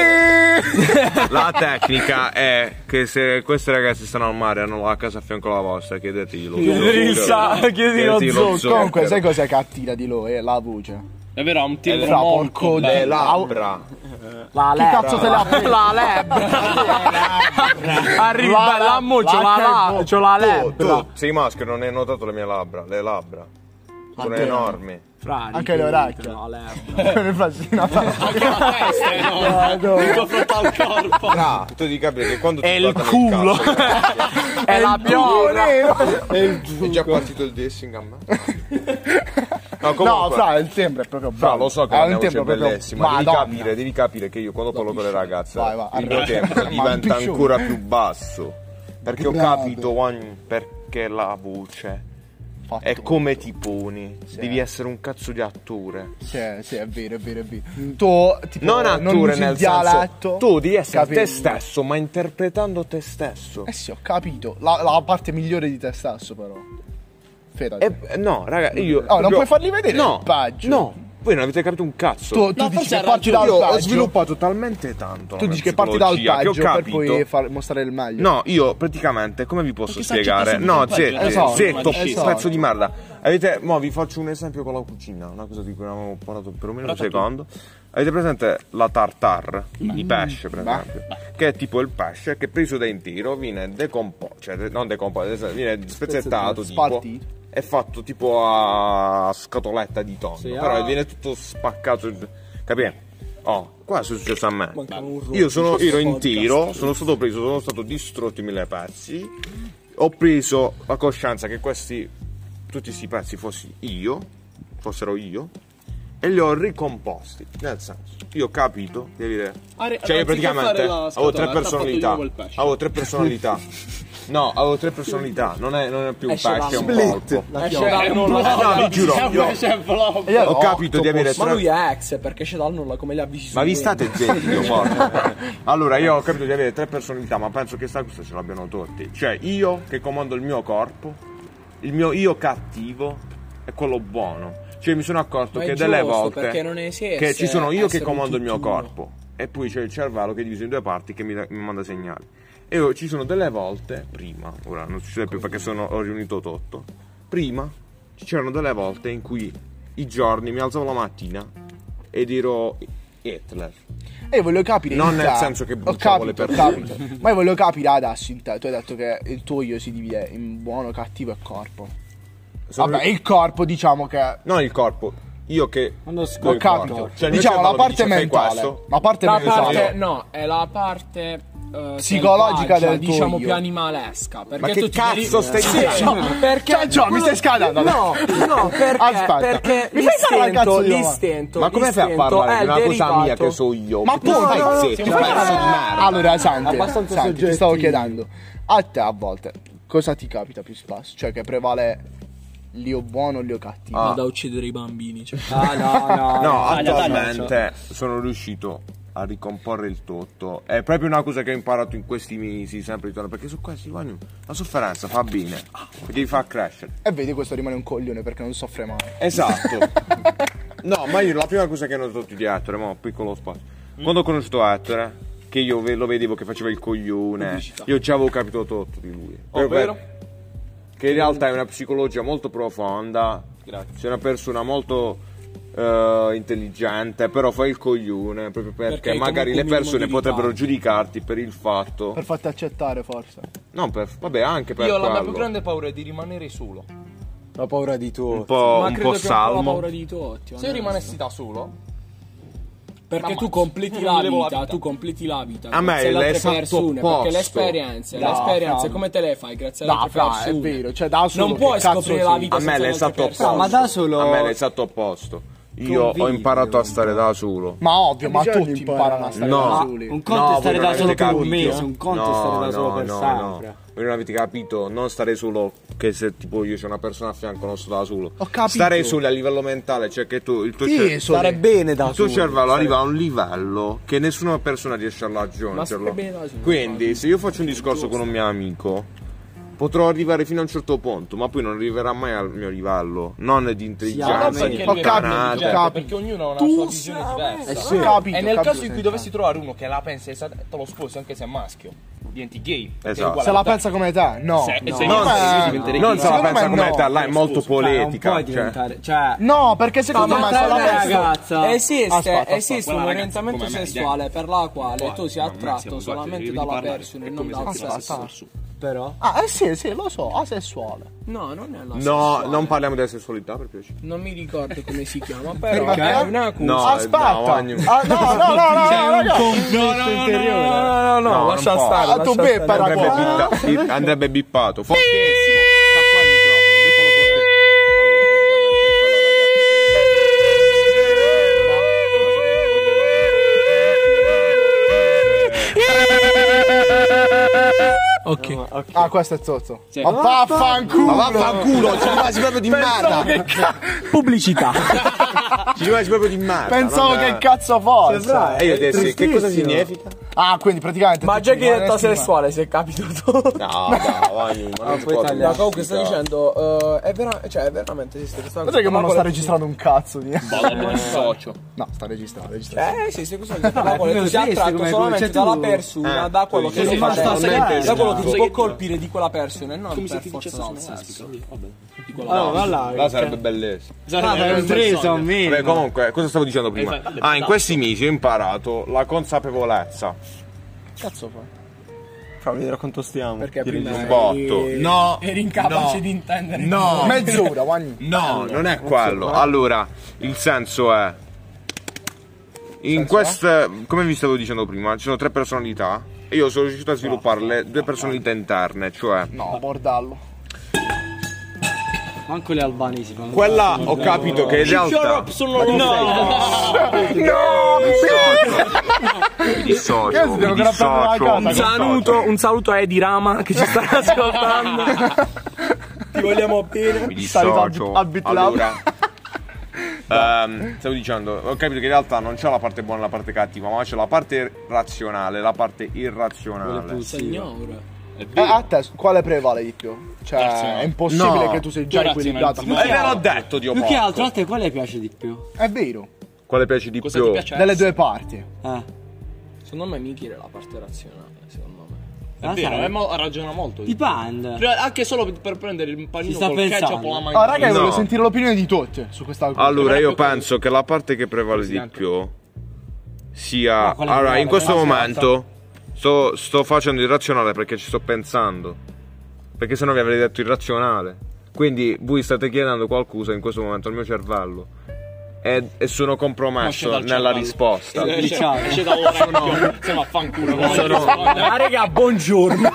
La tecnica è che se queste ragazze stanno al mare hanno la casa a fianco alla vostra, chiedeteglielo.
Eh,
Chiedete il sa- chiedete lo zucchero.
Comunque, sai cos'è che attira di loro? Eh, la voce.
Davvero ha un tiro
Fra,
molto
porco
bello.
Le labbra.
La
Chi cazzo te l'ha preso?
La lebbra. Arriva la mo, c'ho la la, c'ho la
Oh.
Tu,
lebbra.
tu sei maschio, non hai notato le mie labbra. Le labbra. Sono
te.
enormi.
Anche le orecchie. Nel fascino.
In confronto al corpo.
Fra, Ah, tu devi capire che quando ti
È il
guardano in
culo.
cazzo,
È
Eh,
la piovra.
È già partito il dissing a me. No, comunque,
No,
fra,
fra, il timbro è proprio bello.
lo so che
Ha
la
un
mia voce è
timbro proprio-
bellissima. Devi
Madonna.
capire, devi capire che io quando parlo con le ragazze
Vai, vai,
il mio
arrabbia.
tempo
Ma
diventa
piscione.
ancora più basso. Perché ho
Bravo.
capito Juan, perché la voce
Fatto.
è come ti poni. Devi essere un cazzo di attore.
Sì, sì, è vero, è vero, è vero. Mm. Tu, tipo,
Non attore
usi il
nel
dialetto.
senso tu devi essere
capito?
te stesso, ma interpretando te stesso.
Eh sì, ho capito. La, la parte migliore di te stesso, però. Fedati.
E- eh, no, raga, io
non
proprio-
puoi farli vedere
No.
il badge.
No, voi non avete capito un cazzo.
Tu, tu dici che parti dal
Io ho
paggio.
sviluppato talmente tanto.
Tu
la
dici che parti dal
psicologia che ho
paggio per
capito-
poi far- mostrare il meglio.
No, io praticamente come vi posso
Perché sta
spiegare?
accettando
No,
il paggio,
zitto,
esatto.
zitto,
Esatto.
pezzo di merda. Avete, mo vi faccio un esempio con la cucina, una cosa di cui non avevo parlato per un secondo. Avete presente la tartar di pesce, per esempio? Che è tipo il pesce che preso da in tiro viene decomposto, cioè de- non decomposto, viene spezzettato, tipo,
Spartito.
è fatto tipo a scatoletta di tonno, però
ah.
viene tutto spaccato, capite? Oh, qua è successo a me. Io sono, ero in tiro, sono stato preso, sono stato distrutto in mille pezzi. Ho preso la coscienza che questi, tutti questi pezzi fossi io, fossero io, e li ho ricomposti. Nel senso, io ho capito di avere.
Ah, re-
Cioè, io
anziché
praticamente
fare la
avevo
scatola,
tre
ha tappato
personalità.
di nuovo il pesce.
Avevo tre personalità. No, avevo tre personalità, non è, non è più un pesce, è un polpo. No, vi giuro, io ho capito di avere
Ma
tre
lui è ex perché c'è dal nulla come li ha avvicini.
ma vi state zitti, io morto. Allora, io ho capito di avere tre personalità, ma penso che sta cosa ce l'abbiano tutti. Cioè, io che comando il mio corpo, il mio io cattivo e quello buono. Cioè, mi sono accorto
Ma è
che delle
giusto,
volte
perché non esiste
che ci sono io che
essere
comando
tutti
il mio
uno.
corpo e poi c'è il cervello che è diviso in due parti che mi, da- mi manda segnali. E io- ci sono delle volte, prima, ora non succede più perché sono, ho riunito tutto, prima c'erano delle volte in cui i giorni mi alzavo la mattina ed ero Hitler.
E io Eh, voglio capire.
Non
in
nel
te-
senso che
ho
bruciavo
capito,
le
ho
persone.
capito. Ma io voglio capire adesso in te. Tu hai detto che il tuo io si divide in buono, cattivo e corpo.
Sono-
Vabbè, il corpo diciamo che.
Non il corpo, io che.
Ho
il corpo.
capito.
Cioè,
diciamo
il mio
la
cervello mi
parte
dice, "Fai
mentale.
questo".
La parte
La
mentale.
parte, no, è la parte eh,
Psicologica
selvaggia,
del tuo
diciamo
io.
più animalesca. Perché
che
tu ti
cazzo
derivi-
stai
Sì,
dicendo?
no, perché
Cioè, Gio, mi stai scaldando? Cioè,
No, no, perché,
Aspetta.
perché
Mi fai fare la
l'istinto,
cazzo di-
l'istinto,
Ma come fai a
l'istinto
parlare
è
di
il
una cosa mia
derivato-
che so io?
Ma tu
tu
stai
stai zitto, pezzo di Cioè, merda.
Allora, Santi,
Abbastanza
Santi, ti stavo
soggettivi.
chiedendo, a te a volte cosa ti capita più spesso? Cioè che prevale l'io buono o l'io cattivo?
Ah.
Vado a uccidere i bambini. Cioè.
Ah,
No, attualmente sono riuscito a ricomporre il tutto. È proprio una cosa che ho imparato in questi mesi, sempre di torno. Perché su questi guanti la sofferenza fa bene,
Ah.
perché ti fa crescere.
E vedi questo rimane un coglione perché non soffre mai.
Esatto. no, ma io la prima cosa che ho notato di Ettore, ma piccolo spazio.
Mm.
Quando ho conosciuto Ettore, che io ve- lo vedevo che faceva il coglione, io già avevo capito tutto di lui.
Oh,
Ovvero? Che in realtà è una psicologia molto profonda. Grazie. Sei una persona molto eh, intelligente, però fai il coglione proprio perché,
Perché comunque
magari le
un minimo
persone
di
potrebbero
ritardo.
giudicarti per il fatto.
Per farti accettare forse.
Non per. Vabbè, anche per
Io la mia
quello.
più grande paura è di rimanere solo.
Ho paura di tu.
Un po',
Ma credo
un po'
che un po' la
salmo.
paura di tutti.
Se io rimanessi da solo,
Perché tu
ammazzo.
completi
Mi
la
levo la
vita,
vita.
tu completi la vita.
Ah.
A me
grazie alle altre
l'esatto
persone,
opposto.
perché le esperienze, le
No,
esperienze
fra-
come te le fai? Grazie alle
No,
altre
fra, è
persone.
vero, cioè da solo
Non
che
puoi
cazzo
scoprire
sei?
la vita
A me
senza
è
le altre
l'esatto
persone.
opposto.
ma da solo-
A me è l'esatto opposto. Io ho imparato a stare da solo.
Ma ovvio, ma
bisogna
tutti
imparare.
imparano a stare
No.
da
Ah,
soli.
Un conto è stare
voi
da
non
solo
avete
per un
capito.
mese, un conto è stare da solo per sempre.
Voi non avete capito, non stare solo che se tipo io c'è una persona a fianco non sto da solo.
Ho capito.
Stare solo a livello mentale, cioè che tu il tuo, cer-
Sì, solo.
Stare bene da
il tuo
solo.
cervello arriva a un livello che nessuna persona riesce a raggiungerlo.
stare bene da solo.
Quindi se io faccio un discorso con un mio amico potrò arrivare fino a un certo punto, ma poi non arriverà mai al mio livello. Non di
Ma
intelligenza,
perché
di
il livello è
paccanate.
diverso, perché ognuno ha una sua visione diversa.
Eh sì. Ho capito,
e nel
ho
caso
capito,
in cui
sì.
dovessi trovare uno che la pensa esattamente, lo sposi anche se è maschio, diventi gay. che è
Esatto.
uguale
Se
a
la
te.
pensa come te? No.
Se-
no. No,
se io-
ma-
se io diventerei
Non se la
Secondo
pensa
me
come
no.
te, là è molto
non
politica.
puoi
cioè.
diventare. Cioè,
No, perché secondo
Ma
me se
tra
la
una
pensa...
ragazza esiste,
Aspetta, aspetta,
esiste
quella
un
ragazza
orientamento
come me,
sessuale per la quale
Guarda,
tu sei
ma non
attratto
siamo
solamente
guardati,
dalla
devi
persona e non
parlare,
dal
è come se
sesso.
stessi al suo.
Però.
Ah, eh sì, sì, lo so, asessuale.
eh,
No, non è la
No,
sessuale.
non parliamo della sessualità per piacere.
Non mi ricordo come si chiama, però
Perché?
è una cu-
No,
Aspetta.
no, ogni-
Ah, no, no, no, no, no, raga.
No, no, no,
non
lascia
può.
stare.
Ah, tu
lascia
beppa,
stare.
raga.
Andrebbe,
Ah,
bitta- bi- andrebbe bippato. Fortissimo. Sta qua il microfono, bippalo
Ok.
Ah, questo è zozzo. Ma vaffanculo.
forte. Ma vaffanculo, ci rimasi proprio di merda.
Pubblicità.
Ci rimasi proprio di merda.
Pensavo
non-
che cazzo
Ah,
fosse.
E io adesso, che cosa significa?
Ah, quindi praticamente.
Ma già che hai detto
sessuale
sessuale, si è capito tutto.
No, no, vai, ma non si può
Ma comunque stai
Esatto.
significare.
dicendo, eh, è, vera- cioè, è veramente esiste questa cosa.
Guarda che
Ma
ma non sta
quella-
registrando un cazzo di.
Madonna, il socio.
No, sta registrando, registrando.
Eh, esiste questa cosa. Per la quale tu
esiste
sei attratto
come-
solamente
cioè, tu-
dalla persona,
Eh,
da quello
tu
che
dici,
ti fa
sì, ma
sentire,
sta-
da quello che ti
sì.
può colpire di quella persona e non
Come se
per
ti
forza
dicesse
dal
sono
sesso.
lesbica. Vabbè. Ah, Di quella-
Allora, va là.
Là sarebbe bellissimo.
Esatto, è un
Preso,
personaggio.
Beh, comunque, cosa stavo dicendo prima?
Esatto.
Ah, in questi mesi ho imparato la consapevolezza.
Cazzo fa.
Fammi vedere quanto stiamo.
Perché prima.
Un botto. No.
Eri incapace
No.
di intendere.
No.
Mezz'ora, one.
No, non è quello. Allora, il senso è. In queste. Come vi stavo dicendo prima, ci sono tre personalità. E io sono riuscito a svilupparle due personalità interne, cioè.
No, bordello.
manco le albanesi fanno.
Quella ho capito che in realtà.
Sono no.
Mi dissocio, mi
Devo grappare
dissocio.
la casa.
un saluto a Edi Rama che ci sta ascoltando. Ti vogliamo bene.
mi
Salva
dissocio.
a Bit- a Bitlab.
Allora, ehm, stavo dicendo, ho capito che in realtà non c'è la parte buona e la parte cattiva, ma c'è la parte razionale, la parte irrazionale.
Signore.
Eh, a te quale prevale di più? Cioè, è impossibile
No.
che tu sei già
Io
equilibrato.
razionalizzo.
E ve l'ho detto, Dio
Più che
porco.
altro a te quale piace di più?
È vero.
Quale piace di
Cosa
più?
ti piace?
Delle due parti.
Ah,
Secondo me Miki era la parte razionale, secondo me.
È
Ah,
vero,
sai.
è mo- ragiona molto.
Dipende.
Anche solo per prendere il panino
Si sta
col ketchup
pensando.
o la
Oh,
maionese.
raga, io
No. Ah,
voglio sentire l'opinione di tutti su questa cosa.
Allora, io
Guarda,
penso che la parte che prevale di
Presidente.
più sia.
No, quella
Allora, in
prevale,
questo
quella
momento sto, sto facendo irrazionale perché ci sto pensando. Perché sennò vi avrei detto irrazionale. Quindi voi state chiedendo qualcosa in questo momento al mio cervello. E, e sono
Esce
compromesso
Ah, dal Eh,
nella
cervello.
risposta.
Esce-
Diciamo.
Esce dall'orecchio. Se no, fanculo. no,
Sono-
risponde.
Ah, raga, buongiorno.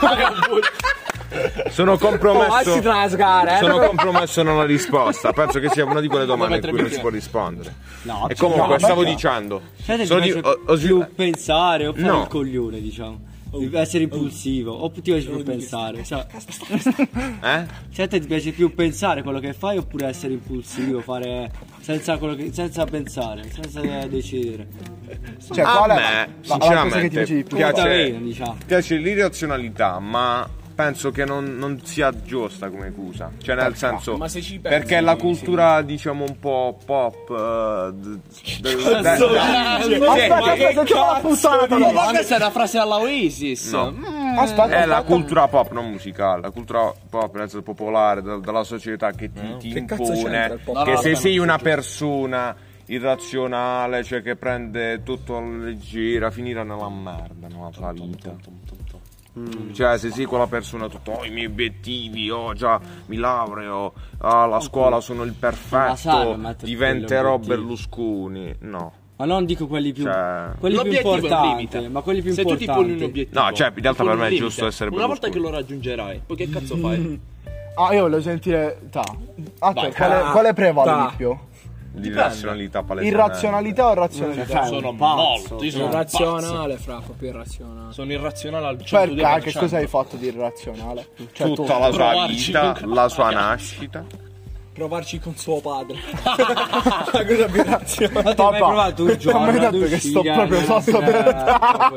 eh,
Sono compromesso.
oh,
Lasci trasgare, eh.
Sono compromesso nella risposta. Penso che sia una di quelle domande a
mettere
cui non
più fine.
si può rispondere.
No,
E comunque,
no,
stavo
cioè.
ma-
dicendo.
Sai, ti
sono di-
piace
ho- ho svil-
più pensare o fare
No.
il coglione, diciamo.
Oh.
Essere impulsivo, oppure ti piace più pensare.
eh,
Cioè,
eh?
cioè, te ti piace più pensare quello che fai oppure essere impulsivo, fare senza, quello che- senza pensare, senza decidere.
Cioè,
a
qual è la-
me,
la, la cosa che ti piace di
sinceramente,
più?
Tutta
piace,
bene, diciamo.
piace l'irrazionalità, ma penso che non, non sia giusta come cosa. Cioè, nel senso,
ma se ci pensi,
perché la
sì.
cultura, diciamo, un po' pop. eh, d- d- d-
Aspetta,
sì,
aspetta, sentiamo la puttana però.
Ma questa è una frase alla Oasis.
no.
Aspetta,
È la
aspetta.
cultura pop, non musicale, la cultura pop nel senso popolare, da- dalla società che ti, ti impone che se sei una persona irrazionale, cioè che prende tutto alla leggera, finirà nella merda, nella tua vita. Cioè, se sei quella persona, tutto, oh, i miei obiettivi, oh, già mi laureo, alla scuola sono il
Mm, sai,
perfetto,
ma tutti
diventerò
quegli obiettivi.
Berlusconi. No,
Ma non dico quelli più,
Cioè-
quelli più
L'obiettivo è un
importanti,
limite.
ma quelli più
Se tu ti
importanti.
poni un obiettivo,
No, cioè, in realtà
ti poni
per me è
un limite.
giusto essere
Una volta che
Berlusconi.
lo raggiungerai, poi che cazzo
Mm.
fai?
Ah, io voglio sentire. Ta. A te,
Vai.
quale,
Ah,
quale prevale
ta.
di più?
l'irrazionalità palestinese.
Irrazionalità o razionalità?
Sono molto, io sono razionale.
Razionale, fra, proprio irrazionale.
Sono irrazionale al 102%.
Perché? Che cosa hai fatto di irrazionale? Cioè, tu-
Tutta la sua
Provarci
vita,
con-
la sua nascita.
Provarci con suo padre. La cosa più razionale.
Ma tu hai mai
Papà,
provato un giorno
mi hai
ad
detto che sto
uscire,
proprio
ad
sotto
andare-
per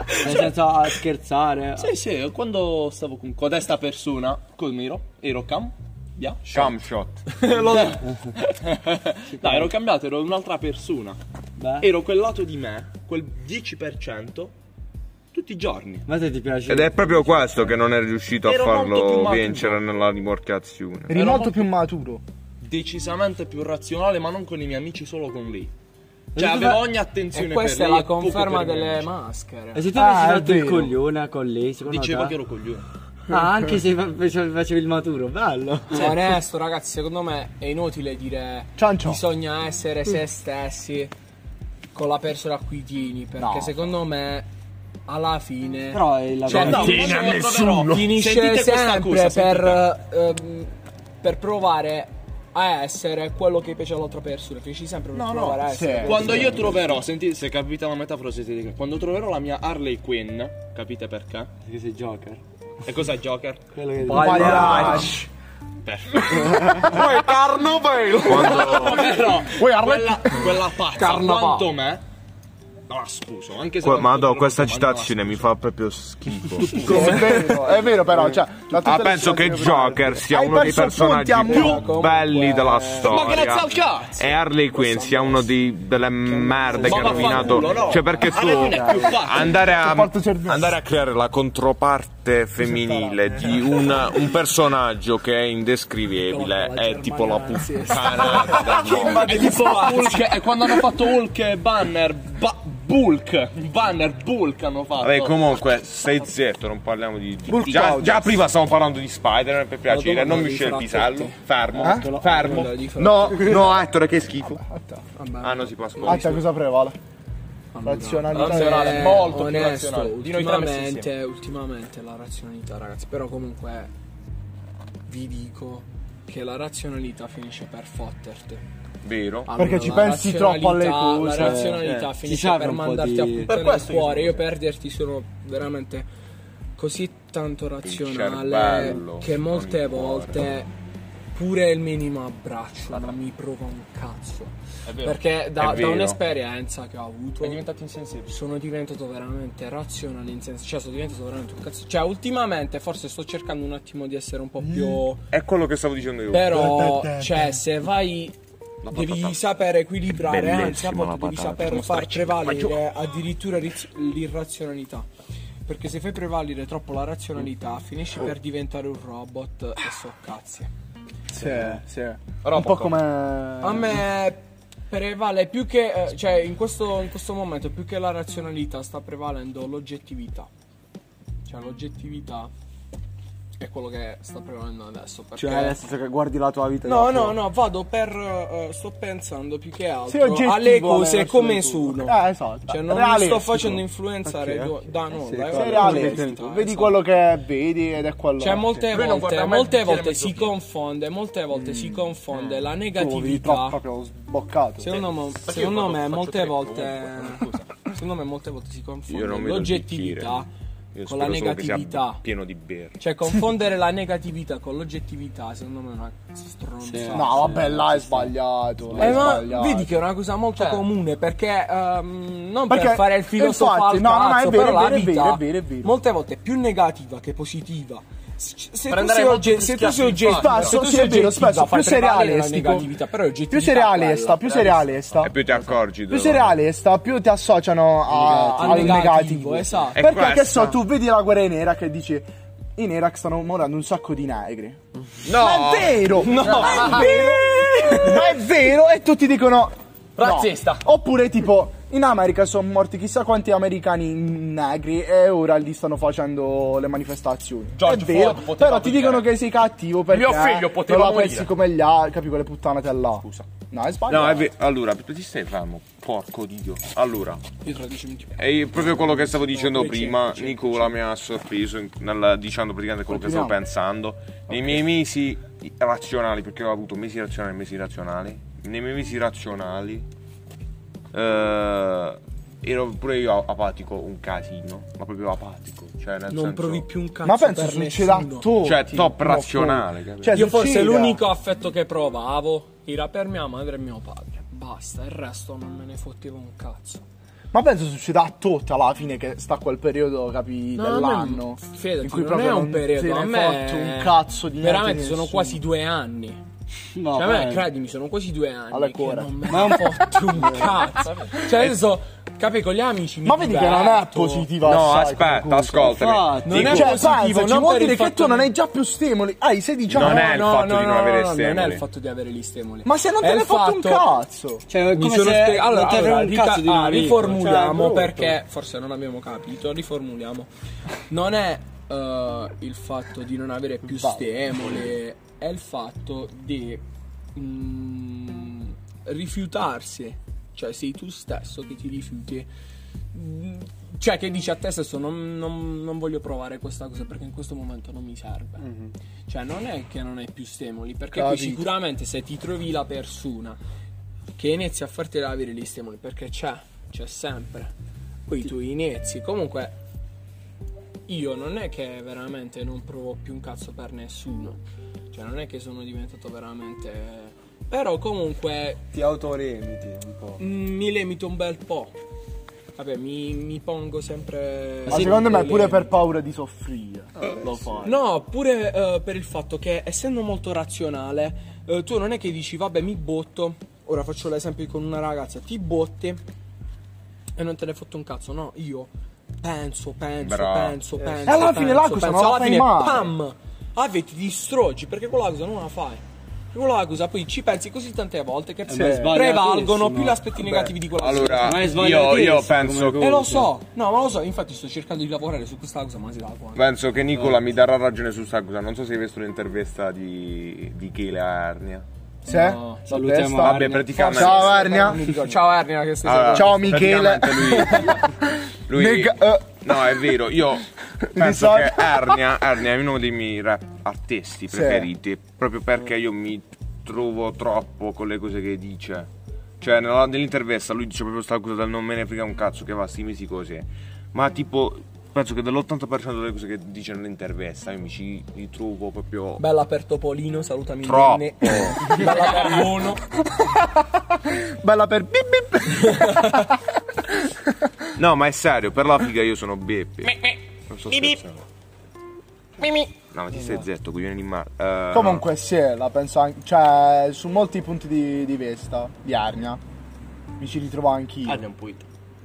così. Nel senso a scherzare.
Sì, sì, quando stavo con codesta persona, col miro, ero cam. via.
Cam shot.
No, ero cambiato, ero un'altra persona.
Beh.
Ero quel lato di me, quel 10%, tutti i giorni.
Ma te ti piace?
Ed è proprio questo che non è riuscito a
Ero molto più
farlo
maturo.
vincere nella rimorchiazione.
Eri molto più maturo.
Decisamente più razionale, ma non con i miei amici, solo con lei. Cioè,
tu
avevo
vai-
ogni attenzione
E questa è
per lei
la
poco
conferma
per i miei
delle
amici.
maschere.
E se tu
Ah,
avessi
è
fatto il
vero.
coglione con lei, secondo
Diceva
te?
che ero
eh.
coglione.
Ah, anche se fa- face- facevi il maturo, bello.
Cioè, Onesto, ragazzi, secondo me è inutile dire
Ciancio.
bisogna essere se stessi con la persona a cui tieni, perché secondo me alla fine
Però è la
Cioè,
vera-
no,
Tieni a nessuno.
finisce
Sentite questa
sempre
cosa,
per, ehm, per provare a essere quello che piace all'altra persona. Finisci sempre per provare a essere. quello
Quando io troverò, senti, se capite la metafora, siete di- quando troverò la mia Harley Quinn, capite perché?
Che sei Joker.
E cos'è Joker?
Quello che
Oh.
Però quella, quella pazza quanto me no, la spuso, anche se
Que-
non
ma
sono
no, questa
troppo, ma no, la
citazione mi fa proprio schifo.
È vero, è vero però, cioè, da tutte
Ah,
le
penso che
situazioni-
Joker sia
Hai
uno dei
perso punti
personaggi
a
più
mo-
belli della
spuso. Ma grazie
storia.
al cazzo!
E Harley Quinn sia uno dei, delle merde che
Ma
ha
vaffanculo,
rovinato.
no.
Cioè, perché
Alla
tu
fine è più facile.
andare a,
porto cervello.
andare a creare la controparte femminile di un, un personaggio che è indescrivibile è tipo la puttanata del mondo.
È tipo Hulk, e quando hanno fatto Hulk e Banner, ba- Bulk, Banner, Bulk hanno fatto.
Vabbè, comunque, stai zitto, non parliamo di. di-
Bulk
già,
out.
già prima stavamo parlando di Spider-Man per piacere, non mi uscire il pisello. Fermo, fermo. No, no, Ettore, che schifo. Ah, non si può ascoltare.
Atta cosa prevale? Razionalità.
razionale,
Eh,
molto più
onesto,
razionale. Di noi tre messi
ultimamente, ultimamente la razionalità, ragazzi. Però comunque vi dico che la razionalità finisce per fotterti.
Vero?
Allora,
Perché ci
la
pensi troppo alle
razionalità-
cose.
La razionalità
Eh, ci
finisce
serve
per
un po'
mandarti
di-
a puttane
Per
il cuore. Io perderti sono veramente così tanto razionale
cervello,
che molte
non il cuore.
volte pure il minimo abbraccio non mi provoca un cazzo. Perché da,
È
da
vero.
un'esperienza che ho avuto
È diventato insensibile.
sono diventato veramente razionale in senso, cioè sono diventato veramente un cazzo. Cioè, ultimamente forse sto cercando un attimo di essere un po' più
Mm.
È quello che stavo dicendo io.
però, cioè, se vai. Devi saper equilibrare, eh, anzi,
Bellissima
a volte
la
devi
patata,
saper
uno
far
stretching.
prevalere addirittura riz- l'irrazionalità. Perché se fai prevalere troppo la razionalità, finisci per diventare un robot e so cazzi.
Sì, sì. Un po' come.
A me prevale più che. eh, cioè, in questo, in questo momento, più che la razionalità, sta prevalendo l'oggettività. Cioè, l'oggettività è quello che sta prevalendo adesso. Perché...
Cioè, nel senso che guardi la tua vita.
No, no, no, vado per. eh, sto pensando più che
Sì,
altro
oggettivo,
alle cose
verso
come
le tue.
sono.
Eh, esatto.
Cioè, non mi
Realistico.
sto facendo influenzare do- da nulla. eh,
Sei
è
realistico.
un'onestà,
Vedi
esatto.
quello che vedi ed è quello.
Cioè, molte
Lui
volte,
non guarda mai il
molte
bicchiere
volte
mezzo
si
pieno.
confonde, molte volte si confonde la
Tu vedi troppo
negatività.
proprio sboccato.
Secondo, mo-
Perché io
secondo
quando
me,
faccio
molte
tre
volte. Secondo me, molte volte si confonde
Io non vedo il
l'oggettività
Io
con la
spero solo che sia
negatività.
Pieno di birra.
Cioè, confondere la negatività con l'oggettività, secondo me, è una stronzata.
No, vabbè, là è sbagliato. là
Eh,
è
ma
sbagliato.
vedi che è una cosa molto comune perché ehm, non per
Cioè. Perché-
fare il filosofo
infatti,
al
no, no, no, è
cazzo,
vero,
però
è
la
vero, è
vita
vero, è vero, è vero.
molte volte è più negativa che positiva. Se, se tu
Prendere
sei,
molti
ogge- se tu sei ah,
schiaffi in
oggettivo,
faccia.
se tu
Sì,
sei
è vero,
oggettiva,
spesso
fai
più sei
prevalere la
realistico.
negatività, però è oggettività
Più sei realista,
quella. Eh,
più sei realista.
E più ti accorgi.
Più
della-
sei realista, più ti associano a-
Al
al negativo.
negativo, esatto.
E
Perché che
questa-
so, tu vedi la guerra nera che dici. I nera che stanno morendo un sacco di negri.
No!
Ma è vero! Ma è vero! Ma è vero! E tutti dicono. no.
Razzista.
Oppure tipo, in America sono morti chissà quanti americani negri e ora lì stanno facendo le manifestazioni.
George
è vero,
Floyd poteva
però ti
morire.
dicono che sei cattivo perché
Mio figlio poteva
non la
morire.
pensi come gli altri, capi quelle puttanate là. Scusa. No, è sbagliato.
No, è ve- allora, tu ti stai fermo, porco di Dio. Allora,
Io tra dieci minuti-
è proprio quello che stavo dicendo prima, Nicola mi ha sorpreso in- nel- dicendo praticamente quello che stavo pensando. Nei miei mesi razionali, perché ho avuto mesi razionali e mesi razionali, nei miei mesi razionali eh, ero pure io apatico un casino, ma proprio apatico. Cioè, nel senso,
non provi più un cazzo
Ma penso
per
succeda a
nessuno.
tutti.
Cioè, top
prima o
razionale,
poi.
capito?
Cioè,
Io forse
succeda.
l'unico affetto che provavo era per mia madre e mio padre. Basta, il resto non me ne fottevo un cazzo.
Ma penso succederà a tutti alla fine che sta quel periodo, capi,
No, a me-
dell'anno.
fidati,
in cui
non
proprio
è un
non
periodo,
se ne
a
è
me
fatto un cazzo di niente
Veramente
di
sono
nessuno.
quasi due anni.
No,
cioè, a me,
beh,
credimi, sono quasi due anni.
Alla
che
cuore.
non me- Ma è un po' un cazzo. Cioè, adesso, capi, con gli amici mi
Ma vedi che non è
diverto.
positiva
No,
assai,
aspetta,
comunque.
ascoltami.
infatti.
Non è
Cioè,
positivo,
pensaci,
non
vuol
per
dire
il
che
fatto
tu non
di-
hai già più stimoli. Hai 16
Non
anni.
è il fatto di non avere
Non è
stimoli.
il fatto di avere gli stimoli.
Ma se non te
È
ne
il
hai fatto un cazzo.
Cioè, è
Mi
come
sono
se
spie- allora,
non te ne
allora,
un
rica-
cazzo di
ah,
non averlo.
riformuliamo
Cioè, è brutto.
perché forse non abbiamo capito. Riformuliamo. Non è eh, il fatto di non avere più stemole, è il fatto di mm, rifiutarsi. Cioè, sei tu stesso che ti rifiuti. Mm, Cioè, che dici a te stesso: non, non- non voglio provare questa cosa perché in questo momento non mi
Mm.
serve. Cioè, non è che non hai più stimoli, perché poi
Capito.
sicuramente se ti trovi la persona che inizia a farti avere gli stimoli, perché c'è, c'è sempre. Poi tu inizi, comunque io non è che veramente non provo più un cazzo per nessuno. Cioè, non è che sono diventato veramente. Però comunque
Ti autoremiti un po'.
mh, mi limito un bel po'. Vabbè, mi, mi pongo sempre.
Ma secondo
eh,
me è pure per paura di soffrire. lo fai.
No, pure eh, per il fatto che essendo molto razionale, eh, tu non è che dici vabbè mi botto, ora faccio l'esempio con una ragazza, ti botti e non te ne fotto un cazzo, no, io penso, penso,
Bravo.
penso, penso.
E alla fine
penso,
la cosa
penso,
non la
alla
fai
fine,
mai.
pam, alla fine ti distruggi perché quella cosa non la fai. Perché Quella cosa poi ci pensi così tante volte che
ma è sbagliatissimo.
prevalgono più gli aspetti negativi di quella cosa.
Allora,
Ma è
io, io
sbagliatissimo
penso,
come
E Eh, lo so, no, ma lo so, infatti sto cercando di lavorare su questa cosa, ma si dà quando.
penso che Nicola mi darà ragione su sta cosa. Non so se hai visto l'intervista di, di Chele a Ernia.
Se?
No,
salutiamo
Testa?
Vabbè, praticamente.
Ciao Arnia.
Ciao Ernia, che stai
Allora,
Ciao, Michele.
praticamente Lui, lui-
Nega- eh.
no, è vero. Io penso
sa-
che Ernia, Ernia è uno dei miei rap artisti preferiti. Proprio perché io mi trovo troppo con le cose che dice. Cioè, nella- nell'intervista lui dice proprio sta cosa del non me ne frega un cazzo che va, sti mesi così. Ma tipo, penso che dell'80% delle cose che dice nell'intervista io mi ci ritrovo proprio.
Bella per Topolino, salutami
Troppo.
Nenne. Bella per Mono.
Bella per bip bip.
No, ma è serio, per la figa io sono Beppe. Non so scherzando. No, ma ti stai zitto, coglione di mare. Eh,
Comunque sì, la penso anche. Cioè, su molti punti di, di vista di Arnia. Mi ci ritrovo anch'io.
Arnia è un puito.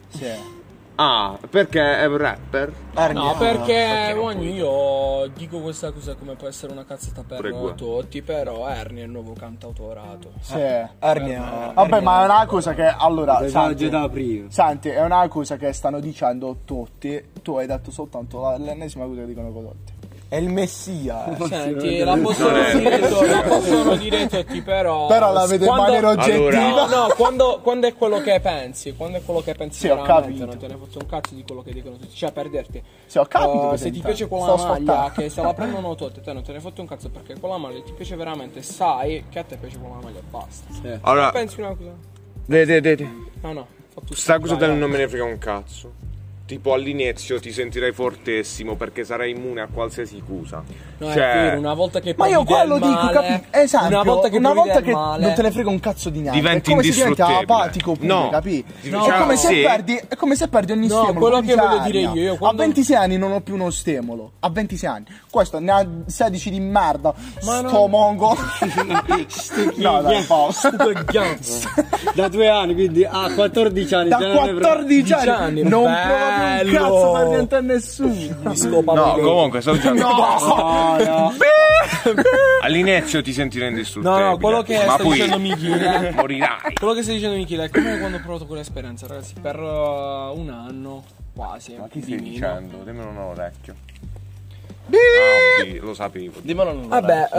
Sì.
Ah, perché è un rapper?
No, perché ogni- io dico questa cosa come può essere una cazzata per
Prego.
tutti, però Ernie è il nuovo cantautorato.
Sì.
Ernia.
Vabbè, ma è una cosa che allora.
Saggio
Santi,
da aprire.
Santi, è una cosa che stanno dicendo tutti. Tu hai detto soltanto la- l'ennesima cosa che dicono tutti.
È il messia. eh.
Senti, la possono, dire, to- la possono dire tutti, però.
Però la vedo in
quando-
maniera oggettiva.
No, no, quando, quando è quello che pensi, quando è quello che pensi
Sì, ho
veramente,
capito.
non te ne fosse un cazzo di quello che dicono tutti. Cioè, per dirti,
Sì, ho capito
eh,
cosa
se ti
intendi.
piace quella
Stavo
maglia,
ascoltando.
che se la prendono tutti, te non te ne fotte un cazzo perché quella maglia ti piace veramente, sai che a te piace quella maglia e basta.
Allora,
Pensi una cosa?
de, de, de, de.
No, no, fa tu
sta cosa
vai,
del
vai.
non me ne frega un cazzo. Tipo all'inizio ti sentirai fortissimo perché sarai immune a qualsiasi accusa.
No,
cioè,
è vero, una volta che
Ma
provi
io quello
del
dico,
male,
capito? Esatto.
Una volta che, provi del male,
non te ne frega un cazzo di niente,
Diventi
è come se diventi
indistruttibile.
apatico pure,
No.
capì?
No,
è, come se
sì.
perdi, è come se perdi ogni
No,
stimolo.
quello
come
che
dice
voglio dire
Ania.
io, io quando-
A 26 anni non ho più uno stimolo. A 26 anni. Questo ne ha 16 di merda. sto mongo. no, dai, pausa.
Super gans.
Da due anni, quindi a 14 anni.
Da
già non ne pre-
14 anni,
anni,
non
bello.
provo un cazzo per niente a nessuno.
Mi scopa
No,
proprio.
comunque, sto dicendo.
no.
All'inizio ti sentirai indistruttibile.
No, no, quello che
Ma
sta
poi
dicendo Michele.
morirai.
Quello che stai dicendo Michele è come quando ho provato quell'esperienza, ragazzi, per uh, un anno quasi.
Ma chi
di
stai
meno.
dicendo? Dimmi non ho l'orecchio. Ah, ok, lo sapevo.
Dimmelo non
Vabbè,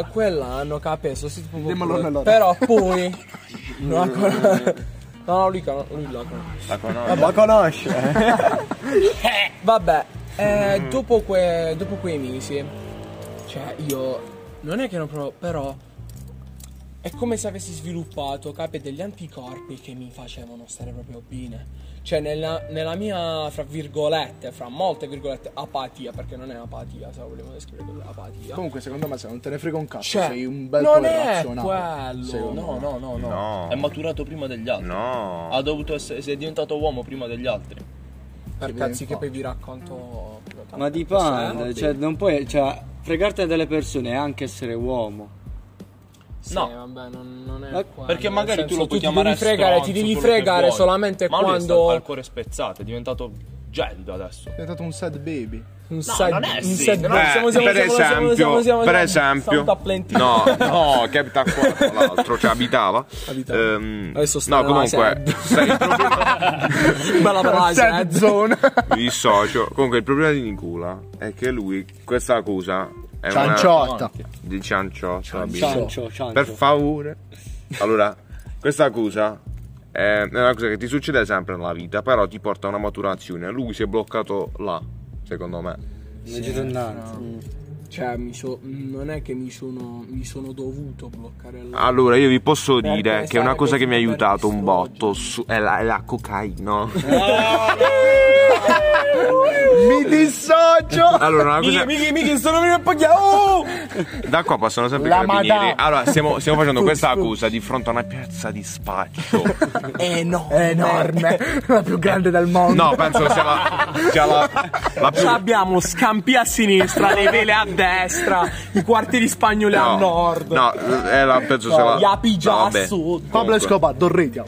eh, quell'anno capeso, sì, tipo,
Dimmelo
pure.
nell'ora.
però poi non ancora No, no, lui, con- lui la conosce.
La conosco.
Ma conosce.
Vabbè, eh, dopo, que- dopo quei mesi, cioè io non è che non provo, però è come se avessi sviluppato capi degli anticorpi che mi facevano stare proprio bene. Cioè, nella, nella mia, fra virgolette, fra molte virgolette, apatia, perché non è apatia, se la vogliamo descrivere così, apatia.
Comunque, secondo me, se non te ne frega un cazzo,
Cioè,
sei un bel po'
non è
irrazionale.
quello.
secondo
No,
me.
no, no, no,
No.
È maturato prima degli altri.
No.
Ha dovuto essere, si è diventato uomo prima degli altri.
Per
Sì,
cazzi che
infatti.
poi vi racconto.
Ma
eh.
dipende, cioè non puoi, cioè fregartene delle persone è anche essere uomo.
Sì,
No.
vabbè, non, non è
Ma-
quello,
Perché
nel
magari tu
senso,
lo puoi
ti
chiamare
devi fregare,
stronzo,
ti devi
quello che
fregare
vuoi.
solamente
Ma lui sta-
quando
ha il cuore spezzato, è diventato gelido adesso.
È diventato un sad baby.
un sad-
non è
un
sì.
sad-
Beh,
no, siamo- siamo-
per
siamo- siamo-
esempio,
siamo- siamo-
per
siamo- siamo
esempio,
da Plentino.
no, no, che abita qua, tra l'altro, cioè abitava.
Abitava.
Ehm,
Adesso sta
no,
nella
comunque,
sede.
sai, il problema-
Bella frase, eh.
Sad zone.
il socio, comunque il problema di Nicola è che lui questa cosa è una-
Cianciotta.
di cianciotto, abito.
Ciancio, ciancio.
Per favore. Allora, questa accusa è è una cosa che ti succede sempre nella vita, però ti porta a una maturazione. Lui si è bloccato là, secondo me.
Una giornata.
Cioè, mi so- non è che mi sono, mi sono dovuto bloccare
Ah.
la
Allora, io vi posso
Perché
dire che
stare
una cosa
così
che mi ha
per
aiutato un
distruggere.
botto su- è, la, è la cocaina.
Mi dissocio.
Allora, una cosa...
Michi, Michi, sto nominando Paglia! Oh!
Da qua passano sempre i
La
carabinieri.
madà.
Allora, stiamo, stiamo facendo questa accusa di fronte a una piazza di spaccio.
È enorme. La più grande del mondo.
No, penso sia la, sia la, la più...
Abbiamo scampi a sinistra, le vele a destra, i quartieri spagnoli a
no,
nord.
No, è la, penso sia la...
Gli api già
no, vabbè.
a sud.
Pablo
Comunque,
Escobar, Dorretia.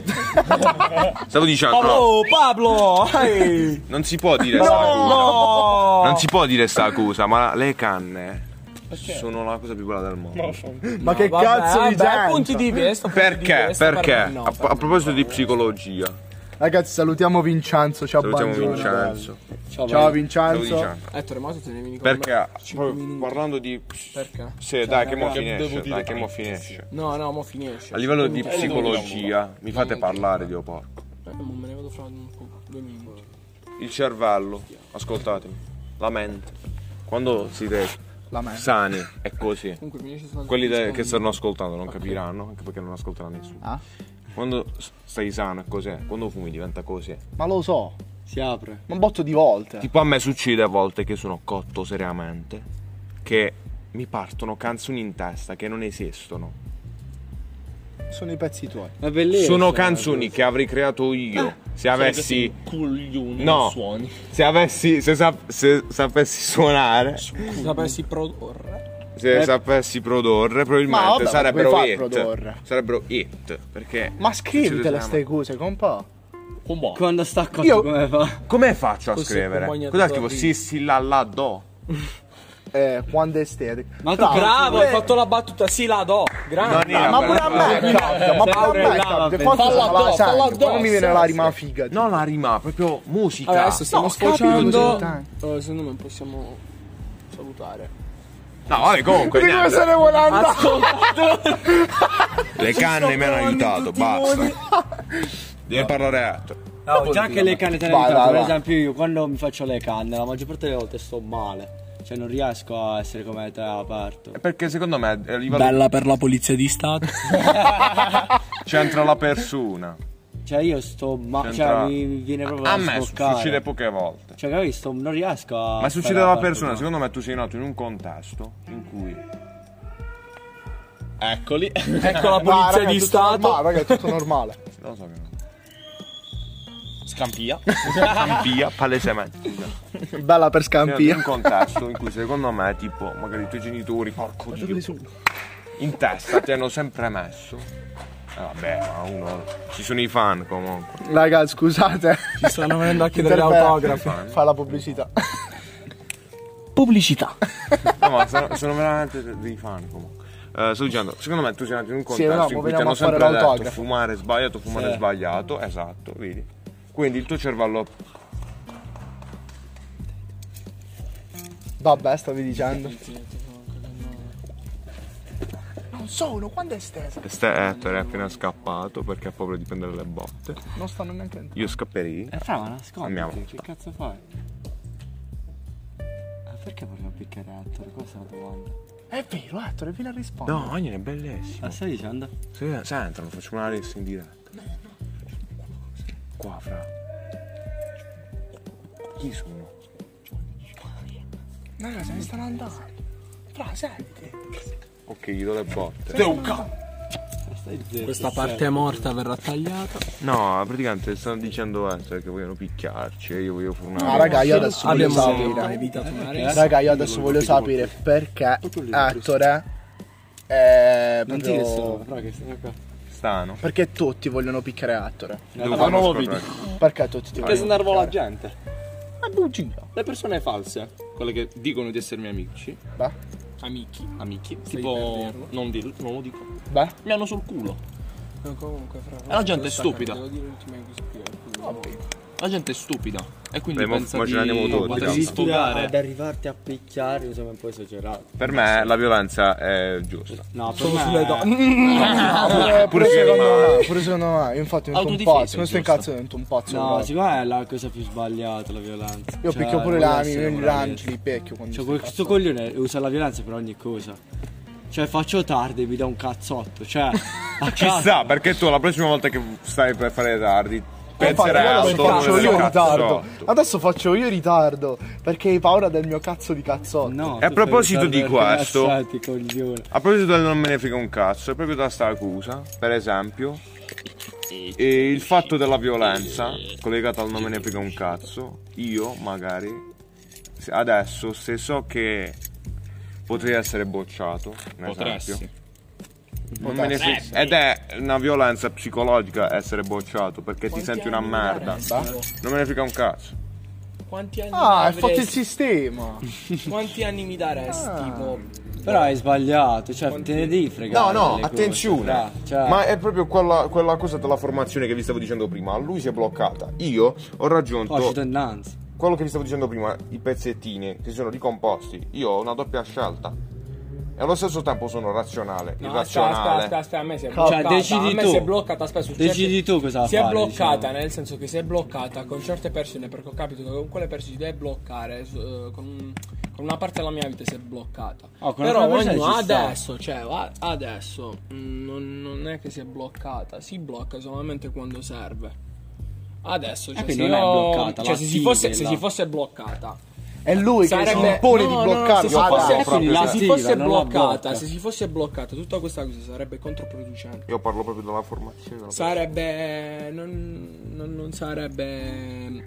Stavo dicendo... no,
Oh, Pablo! Ehi! Oh.
non si può dire sta accusa. Non si può dire sta accusa, ma le canne sono la cosa più bella del mondo.
Ma che
Vabbè,
cazzo di
vabbè,
gente.
punti di vista. punti di
Perché?
vista,
Perché?
per- no,
a, a proposito di psicologia,
Ragazzi, salutiamo Vincenzo. Ci
salutiamo
abbandona.
Vincenzo.
Ciao
Salutiamo
Vincenzo.
Vincenzo.
Ettore, ma tu Eh, te ne vieni con me?
Perché? Cioè,
Cinque
Poi,
minuti.
parlando di...
Perché?
Sì, dai, che mo
raga, devo
finisce,
dire-
dai, che mo finisce.
No, no, mo finisce.
A livello di
Eh,
psicologia, mi fate parlare, Dio porco.
Non Eh, me ne vado fra un po- due minuti.
Il cervello, ascoltatemi, la mente, quando siete
La me.
sani è così.
Comunque finisce solo-
Quelli de- che stanno ascoltando non capiranno, anche perché non ascolterà nessuno.
Ah.
Quando s- stai sano è cos'è? Quando fumi diventa così.
Ma lo so.
Si apre.
Ma un botto di volte.
Tipo a me succede a volte che sono cotto seriamente, che mi partono canzoni in testa che non esistono.
Sono i pezzi tuoi.
Ma bellezza.
sono
eh,
canzoni che avrei creato io. Se avessi...
Coglioni,
No.
non suoni.
Se avessi... Se, sap- se sapessi suonare...
Sapessi produrre.
Se sapessi produrre, probabilmente
Eh. Ma vabbè, ma
sarebbero
puoi far
hit.
produrre.
Sarebbero hit. Perché.
Ma
scrivitela
scrivitele ste cose, compa.
Combo.
Quando sta a
Io-
come fa?
Come faccio a
Così,
scrivere?
accompagnato
Cosa
da
scrivo?
ri-
Sì, sì, la, la, do.
Eh, quando è stati.
Ma tu
Bravo, hai fatto la battuta. Sì, la do. Grande.
No,
eh, Ma pure a me capita, ma pure a me capita. Qualcosa me la sento, Quando mi viene l'arima figa.
No, la rima, proprio musica.
Allora, adesso stiamo
No,
sfociando.
capito, sì.
Allora, secondo me possiamo salutare.
No, vabbè, comunque.
Di cosa
niente.
se ne vuole andare?
Le canne mi hanno aiutato, basta. Devi parlare altro.
No, già che le canne te le
Vai,
aiuto,
vai,
per
vai.
esempio io quando mi faccio le canne la maggior parte delle volte sto male. Cioè non riesco a essere come te aperto.
Perché secondo me eh, a livello-
per la polizia di Stato.
c'entra la persona.
Cioè io sto male,
C'entra-
cioè mi mi viene proprio da
A me
sboccare.
succede poche volte.
Cioè capisci, sto- non riesco a...
Ah,
Ma succede
stare
alla
aperto
persona,
qua.
secondo me tu sei nato in un contesto in cui
Eccoli.
Ecco la polizia di Stato.
Ma raga, è tutto normale.
non lo so che non.
Scampia.
Scampia palesemente.
Bella per
Sei nato in un
scampia.
contesto in cui secondo me tipo magari i tuoi genitori, porco dio, in testa ti hanno sempre messo. Eh, vabbè, ma uno ci sono i fan comunque.
Raga, scusate.
Ci stanno venendo a chiedere
Interve-
l'autografi.
Fa la pubblicità.
Pubblicità.
No, ma sono, sono veramente dei fan comunque. Eh, sto dicendo, secondo me tu sei nato in un
Sì, no,
contesto in
ma
cui ti
veniamo
hanno
a fare
sempre detto
l'autografo.
fumare è sbagliato, fumare è sbagliato, esatto, vedi? Quindi il tuo cervello
Vabbè, stavi dicendo. Non sono, quando è stesa?
Ste- Ettore è appena scappato perché ha paura di prendere le botte.
Non stanno neanche entrando.
Io scapperei.
Eh fra ma nasconditi,
Andiamo.
che cazzo fai? Ma perché vogliamo piccare Ettore? Questa è una domanda.
È vero, Ettore, vieni a rispondere.
No, Agnon è bellissimo.
Ah, stai dicendo?
Se- se entrano, eh, faccio una ressa in diretta. Qua, fra. Chi sono?
No, no, se ne stanno andando. Fra, senti.
Ok, gli do le botte.
Questa parte morta verrà tagliata.
No, praticamente stanno dicendo eh, cioè, che vogliono picchiarci e io voglio furnare.
Ah, raga, io adesso voglio
Abbiamo
sapere.
evitato una resa.
Raga, io adesso voglio sapere perché Ettore è
Non dire
proprio...
solo, però che stanno qua.
Stano.
Perché tutti vogliono piccare Ettore?
Devo
Ma
fare
non
uno
lo
scoprire.
vedi.
Perché tutti ti
Perché
vogliono Ah,
snervo la
piccare?
gente.
È bugia.
Le persone false, quelle che dicono di essermi amici,
Beh,
amici, amici, tipo non, dirlo, non lo dico.
beh,
Mi hanno sul culo.
No, comunque, fra-
La gente è stupida.
Devo dire l'ultima così.
La gente è stupida e quindi
Beh, ma-
pensa
ma ce
di
ne andiamo tutti,
potersi
tanto.
esatto. Addirittura ad
sfogare.
arrivarti a picchiare mi sembra un po' esagerato.
Per me la violenza è giusta.
No, per me... sulle
Ah, pure, Eh, pure
se-
secondo me, pure secondo me, infatti è un
Autodifesa,
pazzo, questo
giusto.
incazzo è un pazzo.
No,
proprio.
secondo me è la cosa più sbagliata la violenza.
Io
Cioè,
picchio pure
non
le
può
ami,
essere
gli
una
lanci, li pecchio con
Cioè,
sti
quel- questo
cazzo.
coglione usa la violenza per ogni cosa. Cioè, faccio tardi e mi dà un cazzotto. Cioè, a
Chissà,
casa.
perché tu la prossima volta che stai per fare tardi, penserai
Infatti,
a
adesso
sto
faccio io
numero
ritardo.
cazzotto.
Adesso faccio io ritardo perché hai paura del mio cazzo di cazzotto.
No,
E a
tu
proposito
fai
di
usare
questo-
cazzate, coglione.
A proposito del non me ne frega un cazzo, è proprio da sta accusa, per esempio, e il fatto della violenza collegata al non me ne frega un cazzo, io magari se- adesso se so che potrei essere bocciato, un
Potresti.
esempio, non me ne frega- ed è una violenza psicologica essere bocciato perché ti senti una merda, non me ne frega un cazzo.
Quanti anni
Ah, è
mi
fatto il
daresti?
sistema.
Quanti anni mi daresti?
Ah.
Tipo,
Però hai sbagliato, cioè, te ne devi
No,
fregare.
no,
delle cose,
attenzione.
fra, cioè,
Ma è proprio quella, quella cosa della formazione che vi stavo dicendo prima. A lui si è bloccata. Io ho
oh, ci
raggiunto
do innanzi.
quello che vi stavo dicendo prima, i pezzettini che sono ricomposti. Io ho una doppia scelta. E allo stesso tempo sono razionale.
No, aspetta, aspetta,
irrazionale.
aspetta, aspetta, a me si è
Cioè,
bloccata.
decidi
a me
tu.
si è bloccata, aspetta, su
Decidi tu cosa
Si è
fare,
bloccata,
diciamo.
nel senso che si è bloccata con certe persone, perché ho capito che con quelle persone si deve bloccare, su- eh, con, un- con una parte della mia vita si è bloccata.
Oh, con
Però
altre persone
ognuno
ci sta.
adesso, cioè, a- adesso mh, non, non è che si è bloccata, si blocca solamente quando serve. Adesso, cioè,
Eh, quindi
se
non è
io-
bloccata,
cioè,
la
se, si fosse,
attivi,
se
la-
si fosse bloccata
È lui che si
sarebbe
impone
no, no,
di
no,
bloccarlo.
se si fosse-
Ah, quindi
se
la
si
attiva,
fosse
non la
bloccata
blocca.
se si fosse bloccata tutta questa cosa sarebbe controproducente
Io parlo proprio della formazione. della-
sarebbe non, non- non sarebbe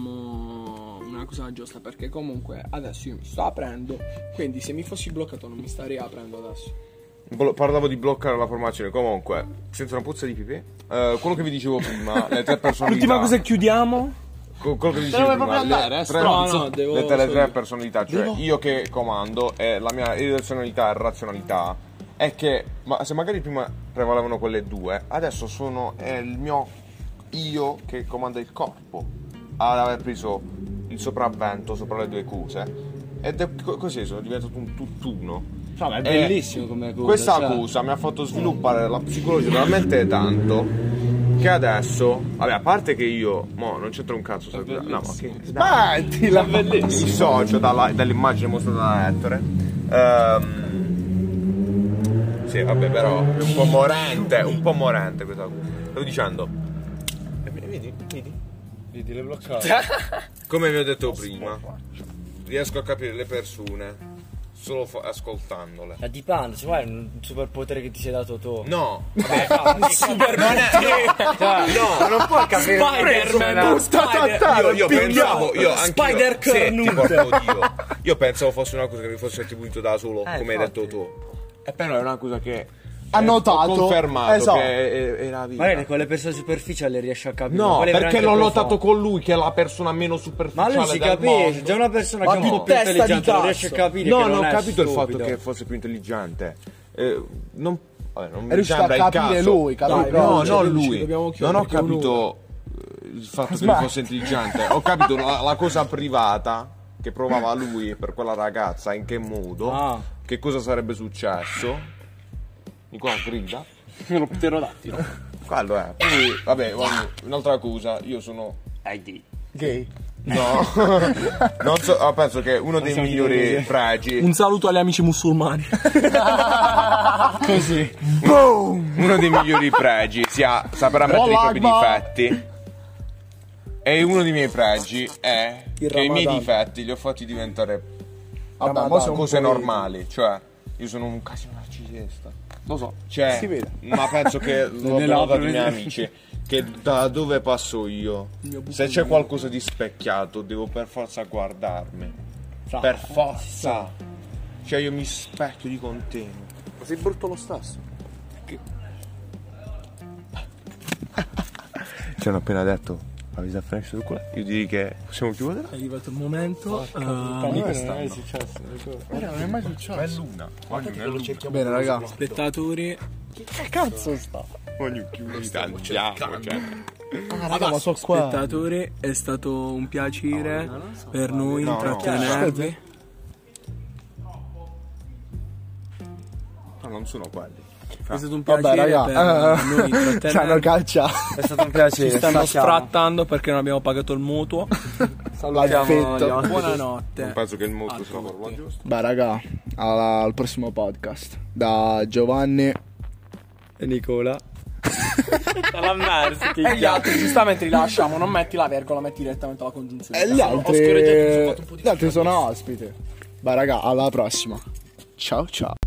diciamo una cosa giusta perché comunque adesso io mi sto aprendo quindi se mi fossi bloccato non mi starei aprendo adesso
Blo- parlavo di bloccare la formazione. Comunque, senza una puzza di pipì. eh, quello che vi dicevo prima, le tre personalità.
L'ultima cosa che chiudiamo.
Co- quello che dicevi
vuoi
prima,
proprio
le
andare, eh,
tre-
stronzo? No, no, devo
le tre- le tre
solo-
personalità, cioè io che comando e la mia irrazionalità e razionalità è che ma se magari prima prevalevano quelle due, adesso sono è il mio io che comanda il corpo ad aver preso il sopravvento sopra le due cose. Ed è co- così sono diventato un tutt'uno.
Vabbè, è
E
bellissimo come cosa.
Eh, Questa
cioè.
accusa mi ha fatto sviluppare la psicologia talmente tanto che adesso, vabbè, a parte che io, mo, non c'entra un cazzo, sai, no, ma che
Smettila.
dissocio dalla- dall'immagine mostrata da Ettore. Ehm, sì, vabbè, però è un po' morente, un po' morente questa cosa. Stavo dicendo. Eh, Vedi, vedi, vedi, le bloccate. Come vi ho detto prima, riesco a capire le persone solo fa- ascoltandole.
La Deep Hand, se vuoi, è un superpotere che ti sei dato tu.
No, vabbè, no, non puoi capire
Spider-Man,
Io, io pensavo, io anche
Spider
io, porco Dio. Io pensavo fosse una cosa che mi fosse attribuito da solo, come hai detto tu. E Eh, però è una cosa che
Ha notato.
ho confermato
Esatto.
che è- è- era vita.
Magari con le persone superficiali riesci a capire. ma
No,
quelle
perché
veramente
l'ho
profonde.
notato con lui che è la persona meno
Ma
superficiale
lui si
del
capisce,
mondo.
già una persona
Ma
che è un
più
po' più
testa di
intelligente lo
cazzo.
riesce a capire.
No,
che
non ho
è
capito il fatto
stupido.
che fosse più intelligente. Eh, non, vabbè, non mi
È riuscito
sembra
a
il
capire
caso.
lui, capito?
No, no,
Cioè,
non
lui,
lui.
dobbiamo
Non
chiudere
ho
perché è
capito eh, il fatto che lui fosse intelligente. Ho capito la, la cosa privata che provava lui per quella ragazza, in che modo,
Ah.
che cosa sarebbe successo. Nicola grida. eh.
Lo pterodattilo.
Quello è. Poi, vabbè, ogni- un'altra cosa, io sono
Gay.
No, non so, ah, penso che uno dei migliori fragi,
Un saluto agli amici musulmani.
uno dei migliori fragi sia saprà mettere i propri difetti. E uno dei miei fragi è che i miei difetti li ho fatti diventare
Vabbè, mo sei un
cose
po'
normali, cioè io sono un quasi narcisista.
Lo so.
Cioè,
Si vede.
ma penso che lo abbiano dato i miei amici. Che da dove passo io? Se c'è qualcosa di specchiato, devo per forza guardarmi. Per forza. Cioè, io mi specchio di continuo.
Ma sei brutto lo stesso.
Ci hanno appena detto avete fresh sul culo. Io direi che possiamo chiudere.
È arrivato il momento.
eh,
non è mai successo.
È luna.
Bene,
Ah,
raga.
Spettatori.
Voglio chiudere. Andiamo, cioè.
Ah, raga, ma so qua.
Spettatori, è stato un piacere per noi
no.
intrattenervi.
No, non sono quelli.
È stato un
Vabbè,
piacere
raga.
per
eh,
noi
Cioè, non
intrattenervi.
calcia.
È stato un piacere.
Ci stanno
stacchiamo.
sfrattando perché non abbiamo pagato il mutuo.
L'affetto.
Eh.
Buonanotte.
Penso che il moto sia parlando giusto.
Beh, raga, alla- al prossimo podcast. Da Giovanni.
Nicola.
E gli altri, giustamente li lasciamo, non metti la virgola, metti direttamente la congiunzione.
E Eh, gli altri.
scorreggiato, mi sono fatto un po' di
Gli altri sono ospiti. Beh, raga, alla prossima. Ciao, ciao.